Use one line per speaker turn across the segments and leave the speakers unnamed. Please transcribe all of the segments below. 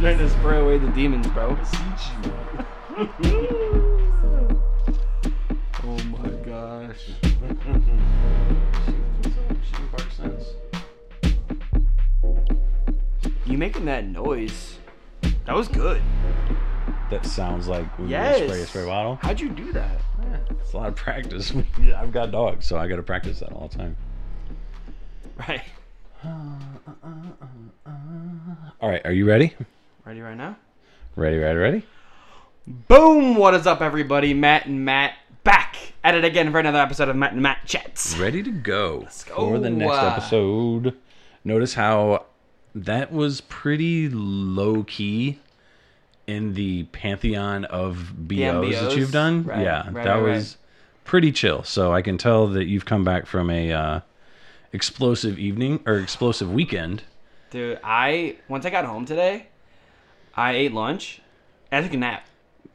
Trying to spray away the demons, bro.
Beseech you.
oh
Oh
my gosh. You making that noise? That was good.
That sounds like we
Yes.
spray a spray bottle.
How'd you do that?
It's a lot of practice. I've got dogs, so I got to practice that all the time.
Right.
All right, are you ready?
Ready right now?
Ready, ready, ready?
Boom! What is up, everybody? Matt and Matt back at it again for another episode of Matt and Matt Chats.
Ready to go
go.
for the next
Uh,
episode. Notice how that was pretty low key in the pantheon of BOs, that
MBOs?
you've done.
Right,
yeah,
right,
that
right, right.
was pretty chill. So I can tell that you've come back from a uh, explosive evening or explosive weekend.
Dude, I once I got home today, I ate lunch. I took a nap.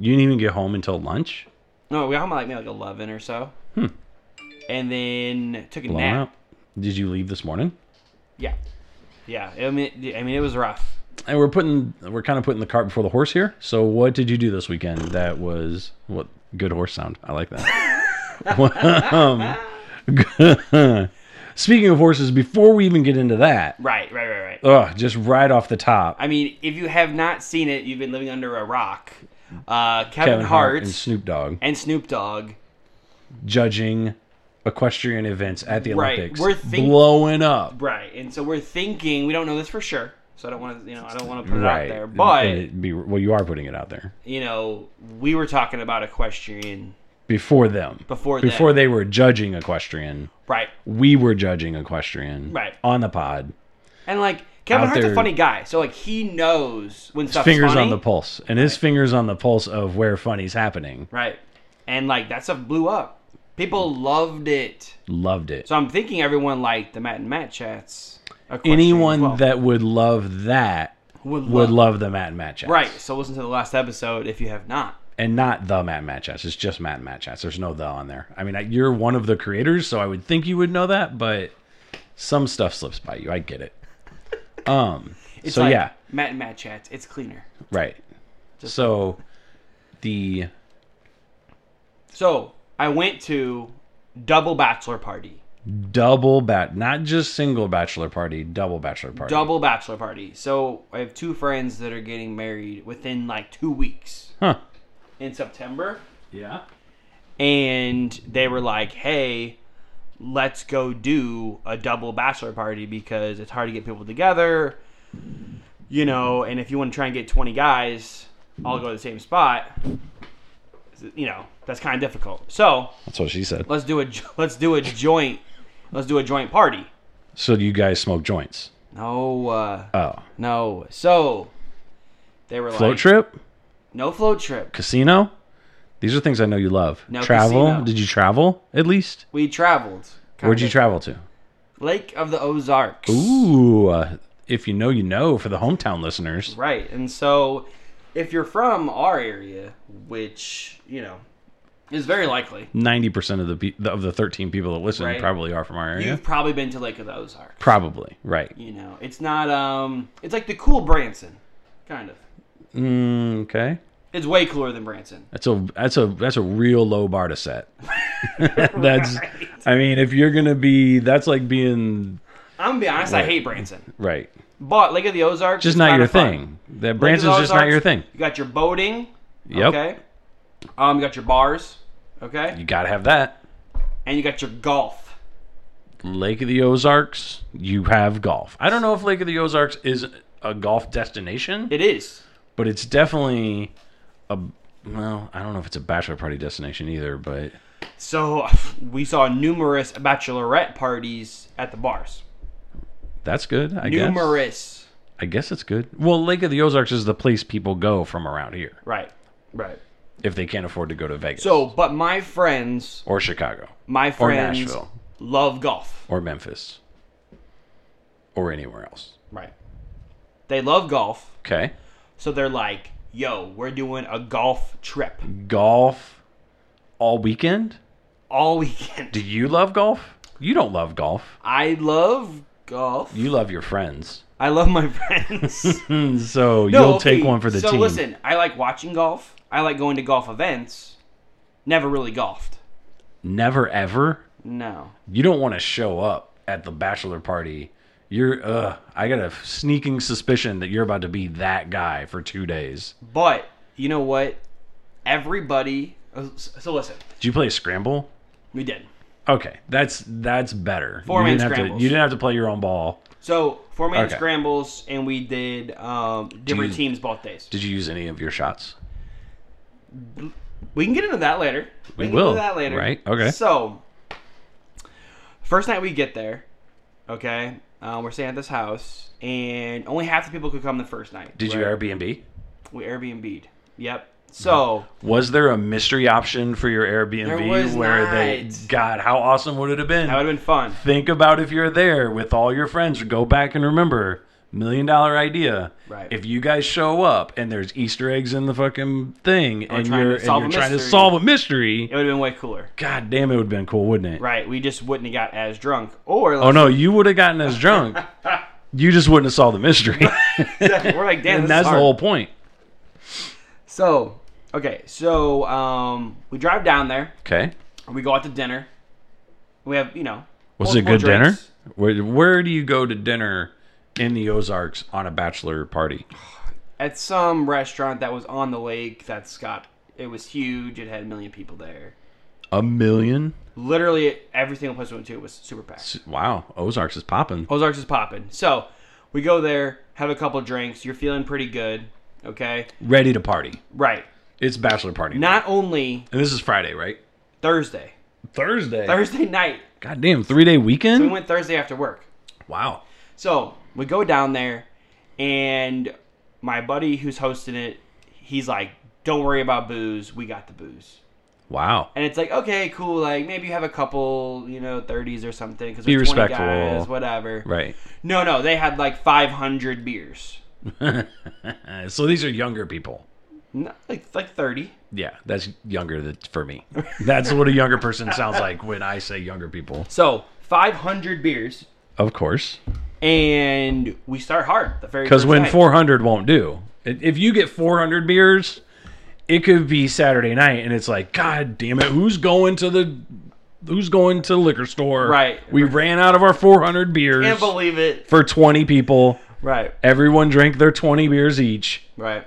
You didn't even get home until lunch.
No, we got home at like maybe like eleven or so. And then took a
Hmm. Blown
nap.
out. Did you leave this morning?
Yeah, yeah. I mean, I mean, it was rough.
and we're putting we're kind of putting the cart before the horse here. So what did you do this weekend? That was what good horse sound. I like that. um, speaking of horses, before we even get into that,
Right, right, right, right.
ugh, just right off the top,
I mean, if you have not seen it, you've been living under a rock. Uh, Kevin,
Kevin
Hart,
Hart and
and,
Snoop Dogg
Snoop Dogg.
judging equestrian events at the
Right,
Olympics,
we're think-
blowing up.
Right, and so we're thinking we don't know this for sure. So I don't want to, you know, I don't want to put it
Right
out there. But
And it'd be, well, you are putting it out there
you know, we were talking about equestrian
before them,
before then.
before they were judging equestrian.
right,
We were judging equestrian
Right.
on the pod.
and like Kevin
Out
Hart's
there-
a funny guy, so like he knows when stuff's
fingers
funny.
on the pulse, and his fingers on the pulse of where funny's happening.
right, and like that stuff blew up. People loved it.
Loved it.
So I'm thinking everyone liked the Matt and Matt chats. Equestrian as
Anyone
well.
that would love that
would love,
would love the Matt and Matt chats.
right. So listen to the last episode if you have not.
And not the Matt and Matt chats. It's just Matt and Matt chats. There's no the on there. I mean, I- you're one of the creators, so I would think you would know that, but some stuff slips by you. I get it. Um.
It's
so
like
yeah,
Matt and Matt chats. It's cleaner.
right. So the
So I went to double bachelor party,
double bat, not just single bachelor party, double bachelor party.
double bachelor party. So I have two friends that are getting married within like two weeks
Huh.
in September,
Yeah.
and they were like, "Hey." Let's go do a double bachelor party because it's hard to get people together. you know, and if you want to try and get 20 guys all go to the same spot, you know, that's kind of difficult. So
That's what she said.
let's do a jo- let's do a joint let's do a joint party.
So you guys smoke joints?
No, uh,
Oh.
no. So they were
Float
like,
trip,
no float trip.
casino. These are things I know you love.
No
travel.
casino.
Did you travel at least?
We traveled.
Where'd you
kinda.
travel to?
Lake of the Ozarks.
Ooh, uh, if you know, you know. For the hometown listeners,
Right, and so if you're from our area, which you know is very likely,
ninety percent of the pe- of the thirteen people that listen
Right.
probably are from our area.
you've probably been to Lake of the Ozarks.
Probably right.
You know, it's not um it's like the cool Branson, kind of.
Mm, okay,
It's way cooler than Branson.
that's a that's a that's a real low bar to set. that's. I mean, if you're gonna be, that's like being
I'm gonna be honest, I hate Branson.
right.
But Lake of the Ozarks
Just
is
not
kinda
your
fun. Lake
thing. That
of
Branson's
the
just not
Ozarks,
your thing.
You got your boating,
Yep.
okay? Um you got your bars, okay?
You gotta have that.
And you got your golf.
Lake of the Ozarks, you have golf. I don't know if Lake of the Ozarks is a golf destination,
It is.
but it's definitely a well, I don't know if it's a bachelor party destination either, but
So we saw numerous bachelorette parties at the bars.
that's good, I guess.
numerous.
I guess it's good. Well, Lake of the Ozarks is the place people go from around here
Right. Right.
if they can't afford to go to Vegas
So but my friends
or Chicago
my
or
friends
Nashville
love golf.
or Memphis or anywhere else.
Right. They love golf,
Okay.
so they're like, "Yo, we're doing a golf trip
Golf all weekend?
all weekend."
Do you love golf? You don't love golf.
I love golf.
You love your friends,
I love my friends.
so
No,
you'll take
okay,
one for the
so
team.
listen, I like watching golf. I like going to golf events. Never really golfed.
Never ever.
No.
You don't want to show up at the bachelor party. You're. Uh, I got a sneaking suspicion that you're about to be that guy for two days.
But you know what? Everybody. uh, So listen,
Did you play scramble?
we did.
Okay, that's that's better.
Four
you
man
didn't have to.
scrambles.
You didn't have to play your own ball.
So four man
Okay.
scrambles, and we did um, different
you-
teams both days.
Did you use any of your shots?
We can get into that later.
We
We, can
will,
Get into that later.
right? Okay.
So, first night we get there, okay, uh, we're staying at this house, and only half the people could come the first night.
Did
right?
you Mm-hmm. Airbnb?
We Airbnb'd. Yep. So
Was there a mystery option for your Airbnb
There was
where they?
not.
God, how awesome would it have been?
that would have been fun.
Think about if you're there with all your friends. Go back and remember million dollar idea.
Right.
If you guys show up and there's Easter eggs in the fucking thing, and
trying to
you're, and
solve
you're
a
trying to
mystery.
solve a mystery,
It would have been way cooler.
God damn, it would have been cool, wouldn't it?
Right. We just wouldn't have got as drunk, or
Oh no, you would have gotten us drunk. you just wouldn't have solved the mystery.
we're like, damn,
and
this is
that's the
hard.
whole point.
So okay, so um, we drive down there.
Okay.
We go out to dinner. We have you know.
Was it a
multiple
good
drinks.
dinner? Where, where do you go to dinner in the Ozarks on a bachelor party?
at some restaurant that was on the lake that's got it was huge it had a million people there
A million?
literally every single place we went to was super packed
Wow, Ozarks is popping.
ozarks is popping so we go there have a couple drinks you're feeling pretty good okay
Ready to party.
right
It's bachelor party. night.
not only
and this is Friday, right?
thursday
Thursday.
thursday night
Goddamn, three day weekend?
we went thursday after work
wow.
so we go down there and my buddy who's hosting it he's like don't worry about booze we got the booze
Wow.
and it's like okay cool like maybe you have a couple you know 30s or something because
Be
we're 20
respectful.
guys whatever
Right.
no no they had like 500 beers
Uh, so these are younger people.
no, like like 30
Yeah, that's younger than, for me. That's what a younger person sounds like when I say younger people.
so 500 beers
Of course.
and we start hard the very
Because
first
when
night.
400 won't do, I- if you get 400 beers, it could be Saturday night, and it's like, God damn it, who's going to the, who's going to the liquor store?
Right.
We ran out of our 400 beers
can't believe it
for 20 people.
right
Everyone drank their 20 beers each.
right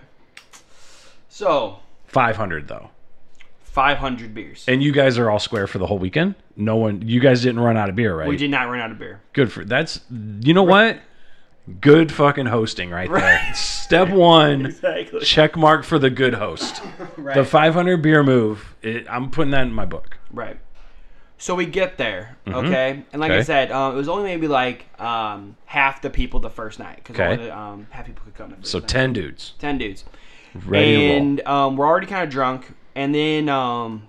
so
500 though,
500 beers
and you guys are all square for the whole weekend. No one, you guys didn't run out of beer, right?
we did not run out of beer
Good for that's. You know what? Good fucking hosting right there. Step one.
exactly
check mark for the good host.
right
The 500 beer move. It, I'm putting that in my book.
Right. So we get there, okay, and like I
Mm-hmm. Okay.
said, um, it was only maybe like um, half the people the first night because
Okay.
only the, um, half people could come. The first
So
night.
10 dudes
ten dudes,
ready to roll.
and um, we're already kind of drunk. And then, um,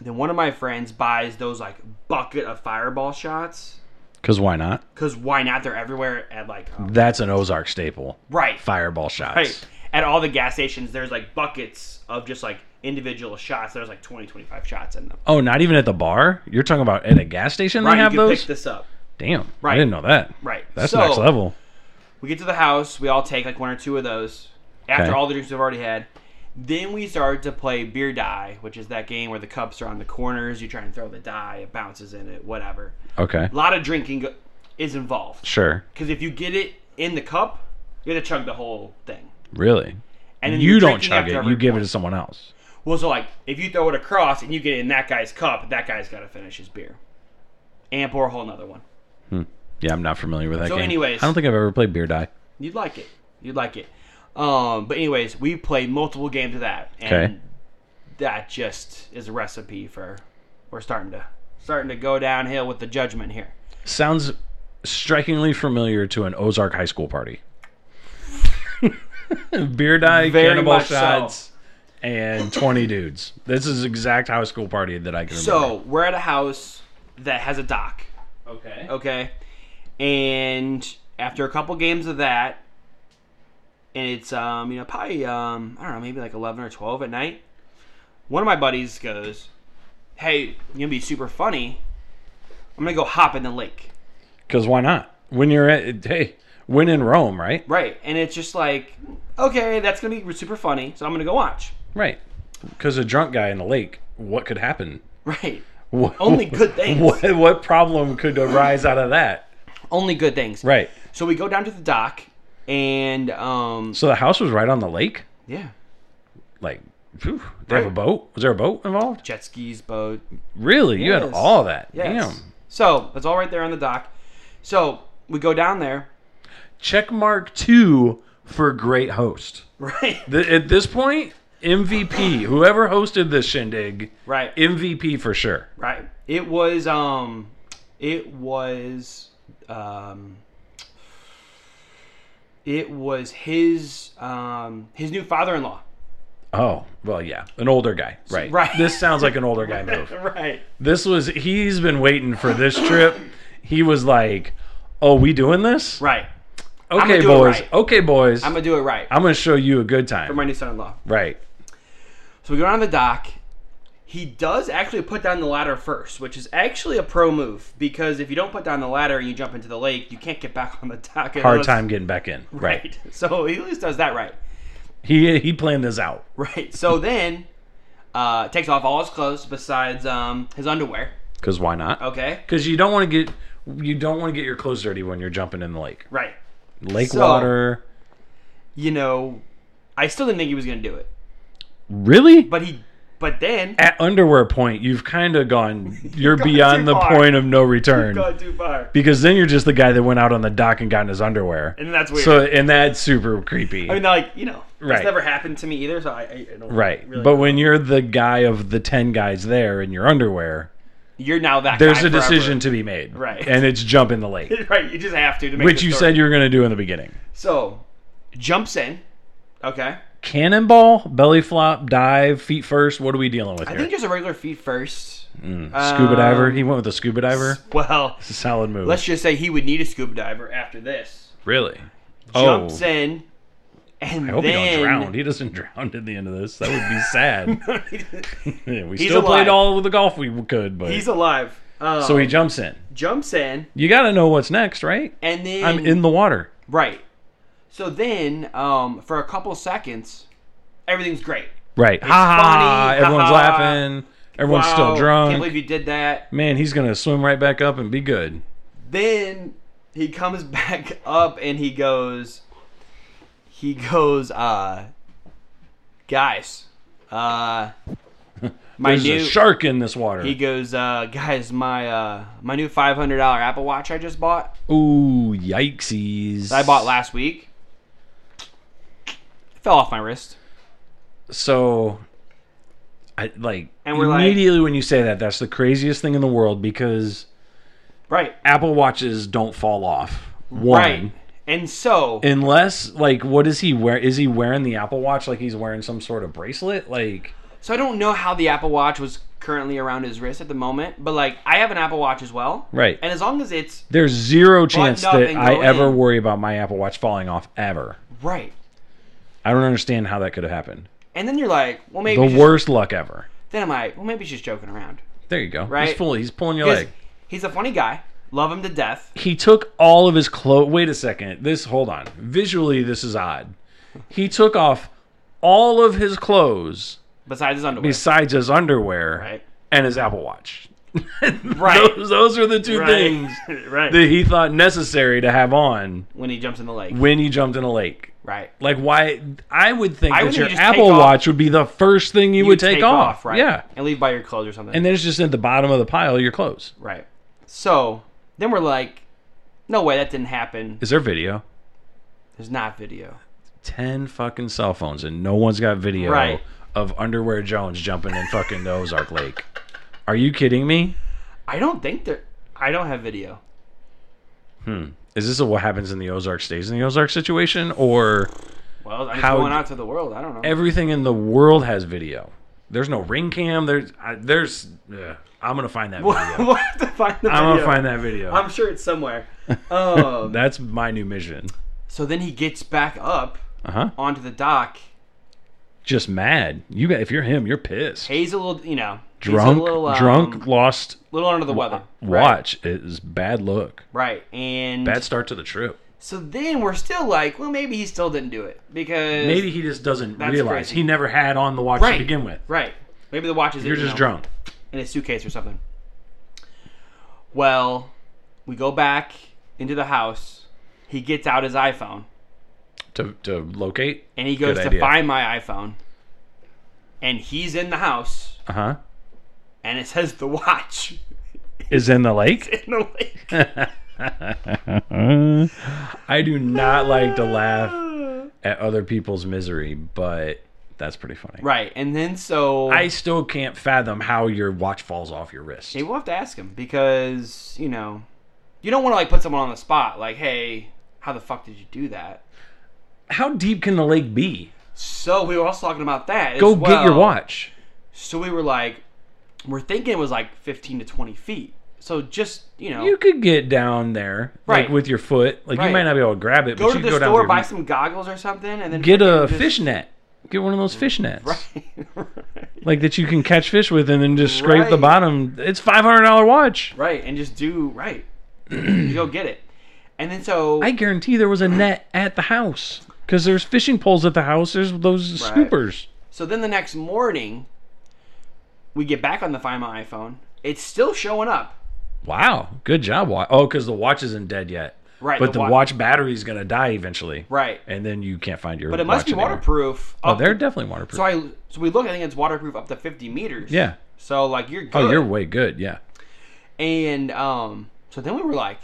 then one of my friends buys those like bucket of fireball shots
Because why not?
because why not? They're everywhere at like um,
That's an Ozark staple.
right,
Fireball shots.
right at all the gas stations. There's like buckets of just like individual shots. There's like 20, 25 shots in them.
Oh, not even at the bar? You're talking about at a gas station
Right,
they have
you can
those?
pick this up.
Damn. I
Right.
didn't know that.
Right,
That's
So-
next level.
We get to the house. We all take like one or two of those after
Okay.
all the drinks we've already had. Then we start to play beer die, which is that game where the cups are on the corners. You try and throw the die, it bounces in it, whatever.
Okay.
A lot of drinking go- is involved
Sure.
because if you get it in the cup, you have to chug the whole thing.
Really?
And then
you
you're
don't
drinking
chug
after
it.
every
You give it
point.
to someone else.
Well, so like if you throw it across and you get it in that guy's cup, that guy's got to finish his beer and pour a whole nother one.
Yeah, I'm not familiar with that
So
game.
anyways-
I don't think I've ever played Beer Die.
You'd like it. You'd like it. Um, but anyways, we played multiple games of that, and
Okay.
that just is a recipe for we're starting to starting to go downhill with the judgment here.
Sounds strikingly familiar to an Ozark high school party. Beer dye,
Very
cannibal
much so.
shots, and 20 dudes. This is exact high school party that I can remember.
So we're at a house that has a dock,
okay.
okay, and after a couple games of that, and it's um you know probably um I don't know maybe like eleven or twelve at night, one of my buddies goes, "Hey, you're gonna be super funny. I'm gonna go hop in the lake."
Because why not? When you're at hey, when in Rome, right?
Right. And it's just like, okay, that's going to be super funny, so I'm going to go watch.
Right. Because a drunk guy in the lake, what could happen?
Right.
What,
Only good things.
What, what problem could arise out of that?
Only good things.
Right.
So we go down to the dock, and um,
So the house was right on the lake.
yeah,
Like, phew, they have a
Right.
boat. Was there a boat involved?
jet skis, boat.
Really? You had
Yes.
all that.
Yes.
Damn.
So it's all right there on the dock. So we go down there.
Check mark two for great host.
Right.
Th- at this point, MVP. Whoever hosted this shindig,
Right.
MVP for sure.
Right. It was um it was um it was his um his new father-in-law.
Oh, well, yeah, an older guy, right?
right.
This sounds like an older guy move.
Right.
This was he's been waiting for this trip. He was like, "Oh, we doing this?
Right. gonna
Okay,
do it
boys.
right.
Okay, boys.
I'm
I'm
going to do it right.
gonna show you a good time."
for my new son-in-law.
right.
So we go down to the dock. He does actually put down the ladder first, which is actually a pro move because if you don't put down the ladder and you jump into the lake, you can't get back on the dock.
Hard
unless-
time getting back in. Right.
Right. So he at least does that right.
He he planned this out.
Right. So then, uh, takes off all his clothes besides um, his underwear.
Cause why not?
Okay.
Cause you don't want to get you don't want to get your clothes dirty when you're jumping in the lake.
Right.
Lake
So-
water.
You know, I still didn't think he was gonna do it,
Really?
but he. But then
At underwear point, you've kind of gone. You're
gone too
beyond the
far.
point of no return.
gone too far.
because then you're just the guy that went out on the dock and got in his underwear.
And that's weird.
So and that's super creepy.
I mean, like you know,
Right.
that's never happened to me either. So I, I I don't
right.
Really
but when you're the guy of the 10 guys there in your underwear,
you're now that
there's
guy
a
forever.
decision to be made.
Right.
And it's jump in the lake,
right, you just have to to make
which
the
you
story.
said you were going to do in the beginning.
So jumps in. Okay.
Cannonball, belly flop, dive, feet first. What are we dealing with
I
here?
think just a regular feet first.
scuba diver.
um,
He went with a scuba diver.
Well,
It's a solid move.
let's just say he would need a scuba diver after this.
really? Oh,
Jumps in, and
I hope
then
he don't drown. He doesn't drown at the end of this. That would be sad. Yeah, we still
alive.
played all of the golf we could, but
He's alive. Um,
so he jumps in.
jumps in,
You got to know what's next, right?
and then
I'm in the water.
right. So then, um, for a couple seconds, everything's great.
Right. Ha ha.
funny. Ha,
Everyone's
ha.
laughing. Everyone's
Wow,
still
Can't
drunk.
believe you did that.
Man, he's going to swim right back up and be good.
Then he comes back up and he goes, he goes, uh, guys, uh, my
There's
new
a shark in this water.
He goes, uh, guys, my uh, my new five hundred dollar Apple Watch I just bought,
Ooh, yikesies.
that I bought last week, it fell off my wrist.
So I like
And we're like-
immediately when you say that, that's the craziest thing in the world because
Right,
Apple Watches don't fall off. One.
right. And so,
Unless like what is he wear is he wearing the Apple Watch like he's wearing some sort of bracelet? Like
so I don't know how the Apple Watch was currently around his wrist at the moment, but like I have an Apple Watch as well,
Right.
And as long as it's
There's zero chance
up
that
and
I
go
ever
in.
worry about my Apple Watch falling off ever.
right,
I don't understand how that could have happened.
and then you're like, well, maybe
The
just-
worst luck ever.
Then I'm like, well, maybe she's joking around.
There you go. He's
Right?
pulling. He's pulling your
'Cause
leg.
he's a funny guy, love him to death.
He took all of his clothes. Wait a second. This. Hold on. Visually, this is odd. He took off all of his clothes
Besides his underwear,
besides his underwear
Right.
and his Apple Watch.
Right.
Those, those are the two
Right.
things
right?
that he thought necessary to have on
when he jumps in the lake,
when he jumped in a lake.
right?
Like why? I would think
I would
that
think
your
you just
Apple
take off-
Watch would be the first thing you,
You
would take, off.
right?
Yeah,
and leave by your clothes or something.
and then it's just at the bottom of the pile your clothes.
Right. So then we're like, no way, that didn't happen.
Is there video?
There's not video.
Ten fucking cell phones, and no one's got video
Right.
of underwear Jones jumping in fucking the Ozark Lake. Are you kidding me?
I don't think there. I don't have video.
Is this a what happens in the Ozark stays in the Ozark situation, or
Well, I'm just
How
going
d-
out to the world. I don't know.
everything in the world has video? There's no ring cam. There's I, there's. ugh. I'm gonna find that
we'll
video.
we'll have to find the
I'm
video.
gonna find that video.
I'm sure it's somewhere. Um,
That's my new mission.
so then he gets back up
Uh
Uh-huh.
huh.
onto the dock.
just mad. You got if you're him, you're pissed.
He's a little, you know, a
drunk,
little, um,
drunk, lost.
little under the weather. Right.
Watch is bad look.
Right. And
Bad start to the trip.
so then we're still like, well, maybe he still didn't do it because
Maybe he just doesn't
That's
realize
crazy.
he never had on the watch
Right.
to begin with.
right. Maybe the watch is
You're
you
just
know,
drunk.
in his suitcase or something. Well, we go back into the house. He gets out his iPhone
To to locate.
and he goes
Good
to
idea.
find my iPhone. And he's in the house
Uh huh.
and it says the watch
Is in the lake.
in the lake.
I do not like to laugh at other people's misery, but that's pretty funny.
Right. And then so
I still can't fathom how your watch falls off your wrist.
Hey, we'll have to ask him because you know, you don't want to like put someone on the spot. Like, hey, how the fuck did you do that?
How deep can the lake be?
So we were also talking about that. as
Go get your
well.
watch.
So we were like, we're thinking it was like fifteen to twenty feet. So just you know,
You could get down there, like
Right.
with your foot. Like
Right.
you might not be able to grab it,
go
but
to
you
the
could go down
store,
to
buy
your-
some goggles or something, and then
get a
freaking just-
fish net. Get one of those fish nets,
Right.
like that you can catch fish with, and then just scrape the
Right.
bottom. It's five hundred dollar watch.
right, and just do right. you go get it, and then so
I guarantee there was a net at the house because there's fishing poles at the house. There's those
Right.
scoopers.
So then the next morning, we get back on the Find My iPhone. It's still showing up.
Wow, good job. Wa- Oh, because the watch isn't dead yet,
Right,
but
the
the,
wa-
watch battery's gonna die eventually,
Right.
And then you can't find your.
But it must be waterproof.
Oh,
up
they're
to-
definitely waterproof.
So I so we look. I think it's waterproof up to fifty meters.
yeah.
So like you're good.
Oh, you're way good. Yeah,
and um. So then we were like,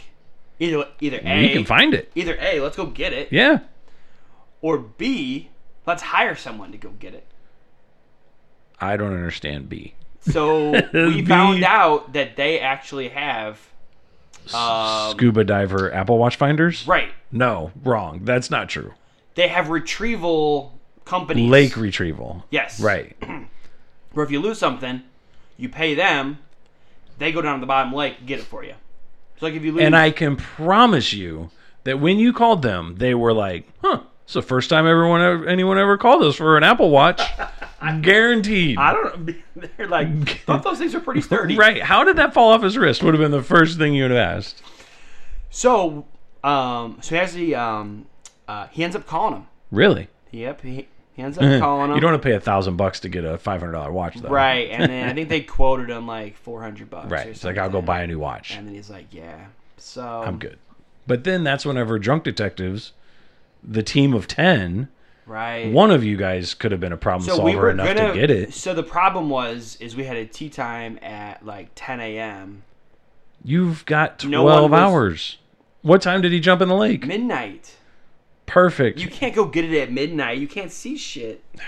either either a
you can find it.
either a let's go get it
Yeah.
or b let's hire someone to go get it.
I don't understand B.
So we
B.
found out that they actually have Um,
Scuba diver Apple Watch finders.
right.
No, wrong. That's not true.
They have retrieval companies.
Lake retrieval.
Yes.
Right.
Where if you lose something, you pay them. They go down to the bottom lake and get it for you. So like if you lose,
And I can promise you that when you called them, they were like, "Huh, it's the first time everyone ever, anyone ever called us for an Apple Watch." Guaranteed.
I don't know. They're like, both those things are pretty sturdy.
Right. How did that fall off his wrist? Would have been the first thing you would have asked.
So, um, so he has the, um, uh, he ends up calling him.
Really?
Yep, he, he ends up calling him.
You don't want to pay a thousand bucks to get a five hundred dollar watch, though.
right, and then I think they quoted him like four hundred bucks.
Right.
or
It's like I'll go
something.
buy a new watch.
And then he's like, yeah. So
I'm good. But then that's whenever drunk detectives, the team of ten,
Right.
one of you guys could have been a problem
so
solver
we were
enough
gonna.
to get it.
So the problem was is we had a tea time at like ten a.m.
You've got
No
12
one was-
hours. What time did he jump in the lake?
midnight.
Perfect.
You can't go get it at midnight. You can't see shit. So you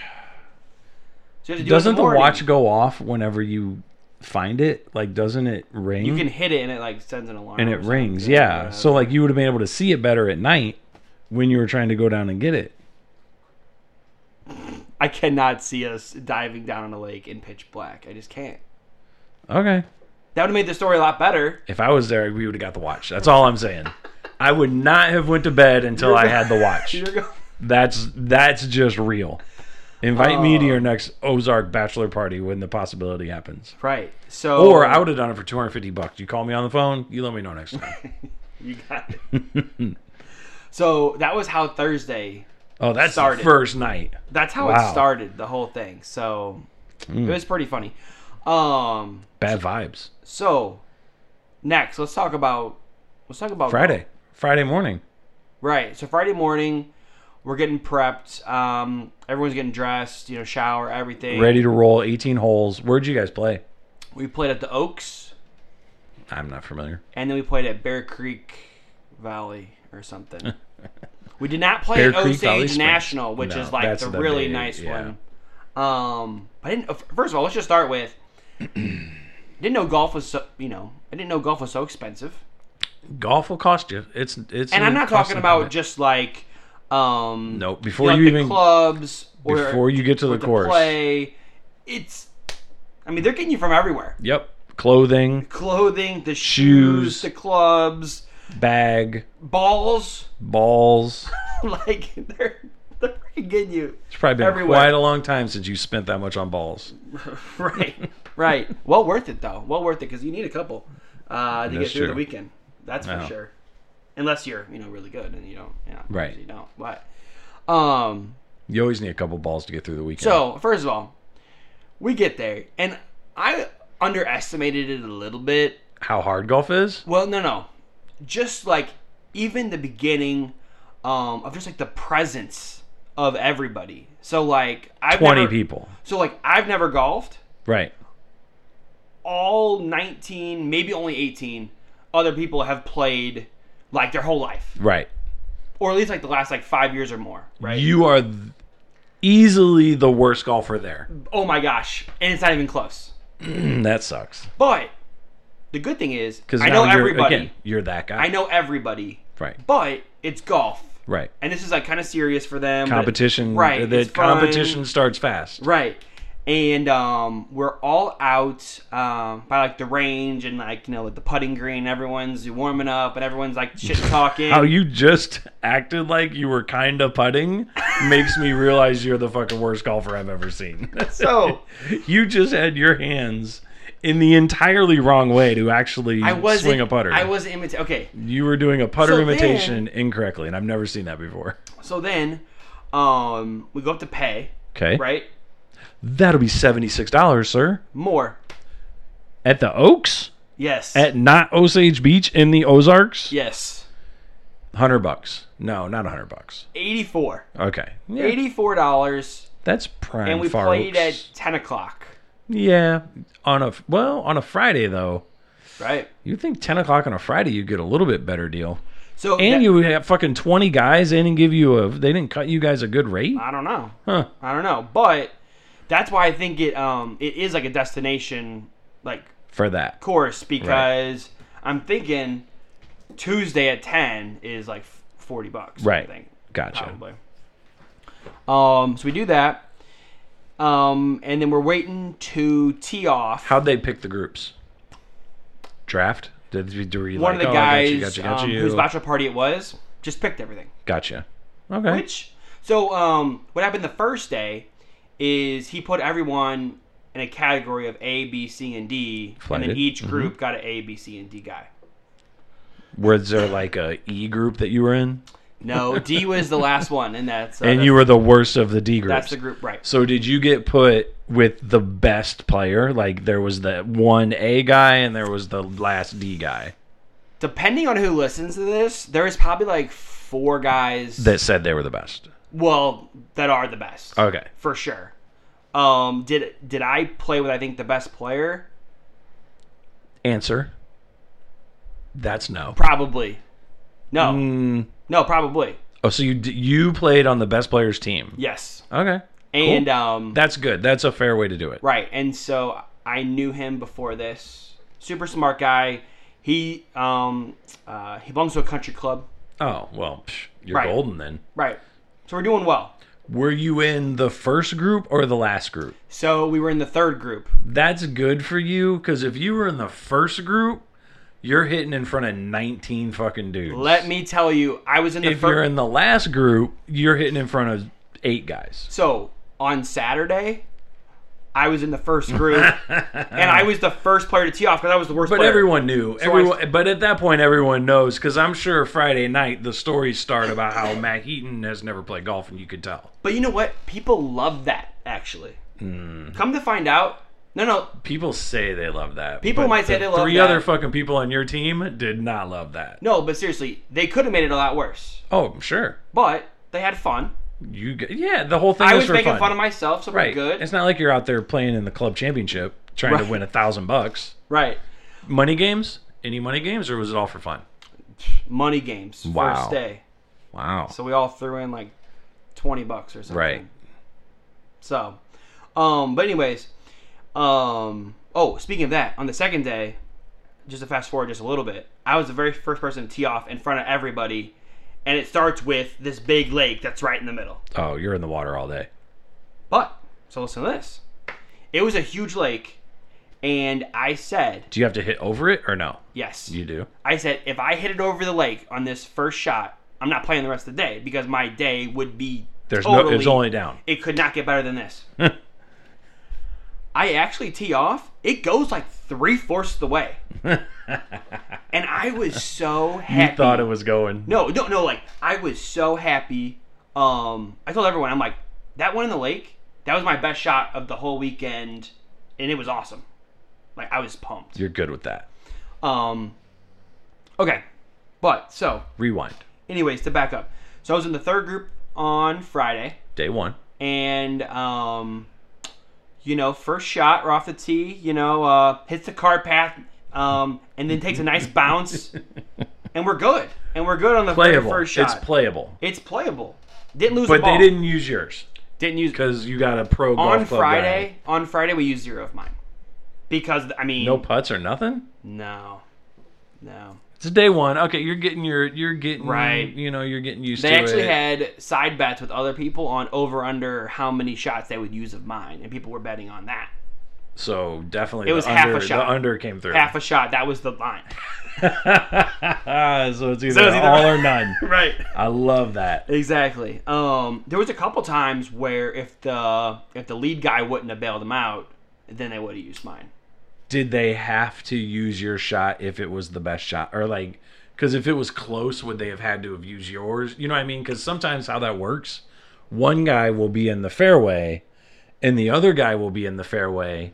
have to do it in
doesn't the
morning.
watch go off whenever you find it? Like, doesn't it ring?
You can hit it and it like sends an alarm.
and
or
it
something.
rings, yeah.
Yeah.
So, like, you would have been able to see it better at night when you were trying to go down and get it.
I cannot see us diving down in a lake in pitch black. I just can't.
Okay.
That would have made the story a lot better.
If I was there, we would have got the watch. That's all I'm saying. I would not have went to bed until I had the watch.
You're go-
That's that's just real. Invite me to
Oh.
your next Ozark bachelor party when the possibility happens.
right. So
Or I would have done it for 250 bucks. You call me on the phone, you let me know next time.
You got it. so that was how Thursday.
Oh, that's
Started.
the first night.
That's how
Wow. Mm.
it started. The whole thing. So it was pretty funny. Um.
Bad vibes.
So next, let's talk about. Let's talk about
Friday. Friday morning.
Right. So Friday morning, we're getting prepped. Um, everyone's getting dressed. You know, shower, everything.
Ready to roll 18 holes. Where'd you guys play?
We played at the Oaks,
I'm not familiar.
and then we played at Bear Creek Valley or something. we did not play
Bear
at
Creek Valley
Osage
Springs.
National, which
No,
is like
that's
the,
the
really
big-
nice
yeah.
one. Um, I didn't. First of all, let's just start with. didn't know golf was so. You know, I didn't know golf was so expensive.
Golf will cost you. It's it's
And I'm not
Mm, cost
talking about
component.
just like. Um,
Nope, before
know,
you
like the
even-
clubs or
before you get to the
to
course.
play. It's, I mean, they're getting you from everywhere:
Yep. Clothing,
clothing, the shoes,
Shoes.
the clubs,
bag,
balls.
balls.
like they're they're Get you.
It's probably been
Everywhere.
quite a long time since you spent that much on balls.
Right. Right. Well worth it though. Well worth it because you need a couple uh, to
That's
get through the
true.
weekend. That's for
Yeah.
sure. Unless you're you know really good and you don't. You know,
Right.
You don't. But um.
You always need a couple balls to get through the weekend.
So first of all, we get there, and I underestimated it a little bit.
how hard golf is?
Well, no, no, just like even the beginning um, of just like the presence of everybody. So like I've
Twenty
never-
people.
So like I've never golfed.
Right.
All nineteen, maybe only eighteen, other people have played like their whole life,
Right.
or at least like the last like five years or more. Right.
You are th- easily the worst golfer there.
oh my gosh, and it's not even close.
that sucks.
But the good thing is,
Because
I know
you're,
everybody.
Again, you're that guy.
I know everybody,
Right.
but it's golf,
Right.
and this is like kind of serious for them. but-
Competition.
right,
The
it's fun.
competition starts fast.
right? And um, we're all out um, by like the range and like you know like the putting green. Everyone's warming up, and everyone's like shit talking.
How you just acted like you were kind of putting makes me realize you're the fucking worst golfer I've ever seen.
so
you just had your hands in the entirely wrong way to actually
I was
Mm, swing a putter.
I was imitating. Okay,
you were doing a putter
So
imitation incorrectly, and I've never seen that before.
so then um, we go up to pay,
Okay.
right?
That'll be $76, sir.
More,
At the Oaks?
yes,
At not Osage Beach in the Ozarks?
yes,
100 bucks. No, not 100 bucks.
eighty-four.
Okay. Yeah,
Eighty-four dollars,
that's prime
and we
Far
played
Oaks.
at ten o'clock,
Yeah, on a well, on a Friday though.
right?
You think ten o'clock on a Friday you get a little bit better deal,
So
and
that-
you have fucking twenty guys. They didn't give you a. They didn't cut you guys a good rate.
I don't know.
Huh.
I don't know, but that's why I think it um it is like a destination like
For that,
course because I'm thinking Tuesday at ten is like f- forty bucks.
Right.
I think,
gotcha.
probably. Um, so we do that, um, and then we're waiting to tee off.
How'd they pick the groups? Draft? Did you do you
One
like,
of the
oh, I
guys
got you, got you, got
um,
you.
whose bachelor party it was just picked everything.
gotcha. Okay.
Which so um what happened the first day is he put everyone in a category of A, B, C, and D, and
Flighted. Mm-hmm.
then each group got an A, B, C, and D guy.
Was there like a E group that you were in,
No, D was the last one, and that's uh,
and
that's,
you were the worst of the D groups?
that's the group right.
So did you get put with the best player? Like there was the one A guy and there was the last D guy
Depending on who listens to this, there is probably like four guys
that said they were the best.
well that are the best
Okay.
for sure. Um, did did I play with I think the best player?
Answer. That's no.
Probably. No,
Mm,
no, probably
oh, so you d- you played on the best player's team.
yes.
Okay.
And um,
That's good. That's a fair way to do it.
Right, and so I knew him before this. Super smart guy. He um uh, he belongs to a country club.
Oh, well, psh, you're
Right.
golden then.
Right. So we're doing well.
Were you in the first group or the last group?
So we were in the third group.
That's good for you because if you were in the first group, you're hitting in front of 19 fucking dudes.
Let me tell you, I was in the
if you're
first.
in the last group, you're hitting in front of eight guys.
so on Saturday, I was in the first group, and I was the first player to tee off because I was the worst.
But
player.
everyone knew. everyone, but at that point, everyone knows because I'm sure Friday night the stories start about how Matt Heaton has never played golf, and you could tell
But you know what? People love that actually.
Mm.
Come to find out, no, no,
people say they love that.
People
but
might say
the
they love
Three
that.
other fucking people on your team did not love that.
no. But seriously, they could have made it a lot worse.
Oh, I'm sure.
But they had fun.
You g- yeah, the whole thing.
I
was,
was
for
making
fun.
fun of myself, so
Right.
we're good.
It's not like you're out there playing in the club championship trying
Right.
to win a thousand bucks.
Right.
Money games? Any money games, or was it all for fun?
Money games.
Wow.
First day.
Wow.
So we all threw in like 20 bucks or something.
right.
So, um, but anyways, um, oh, speaking of that, on the second day, just to fast forward just a little bit, I was the very first person to tee off in front of everybody, and it starts with this big lake that's right in the middle.
Oh, you're in the water all day.
But, so listen to this. It was a huge lake, and I said,
Do you have to hit over it or no?
yes.
You do.
I said if I hit it over the lake on this first shot, I'm not playing the rest of the day because my day would be
There's no.
Totally.
It's only down.
It could not get better than this. I actually tee off. It goes like three fourths the way, and I was so
You
happy.
thought it was going.
No, no, no. Like I was so happy. Um, I told everyone, I'm like that one in the lake. That was my best shot of the whole weekend, and it was awesome. Like I was pumped.
You're good with that.
Um, okay, but so,
Rewind.
anyways, to back up. So I was in the third group on Friday,
Day one.
and um, you know, first shot, we're off the tee. You know, uh, hits the cart path, um, and then takes a nice bounce, and we're good. And we're good on the very
Playable.
first shot.
It's playable.
It's playable. Didn't lose the
But
ball.
they didn't use yours
Didn't use
because you got a pro golf
on
club guy.
Friday. On Friday we used zero of mine because I mean
No putts or nothing.
no, no.
It's day one. Okay, you're getting your. You're getting
Right.
You know, you're getting used
They
to
actually
it.
had side bets with other people on over under how many shots they would use of mine, and people were betting on that.
so definitely,
It
the
was
under,
half a shot.
The under came through.
Half a shot. That was the line.
so it's either,
it's either-
all or none.
right.
I love that.
Exactly. Um, there was a couple times where if the if the lead guy wouldn't have bailed him out, then they would have used mine.
Did they have to use your shot if it was the best shot, or like, because if it was close, would they have had to have used yours? You know what I mean? Because sometimes how that works, one guy will be in the fairway, and the other guy will be in the fairway.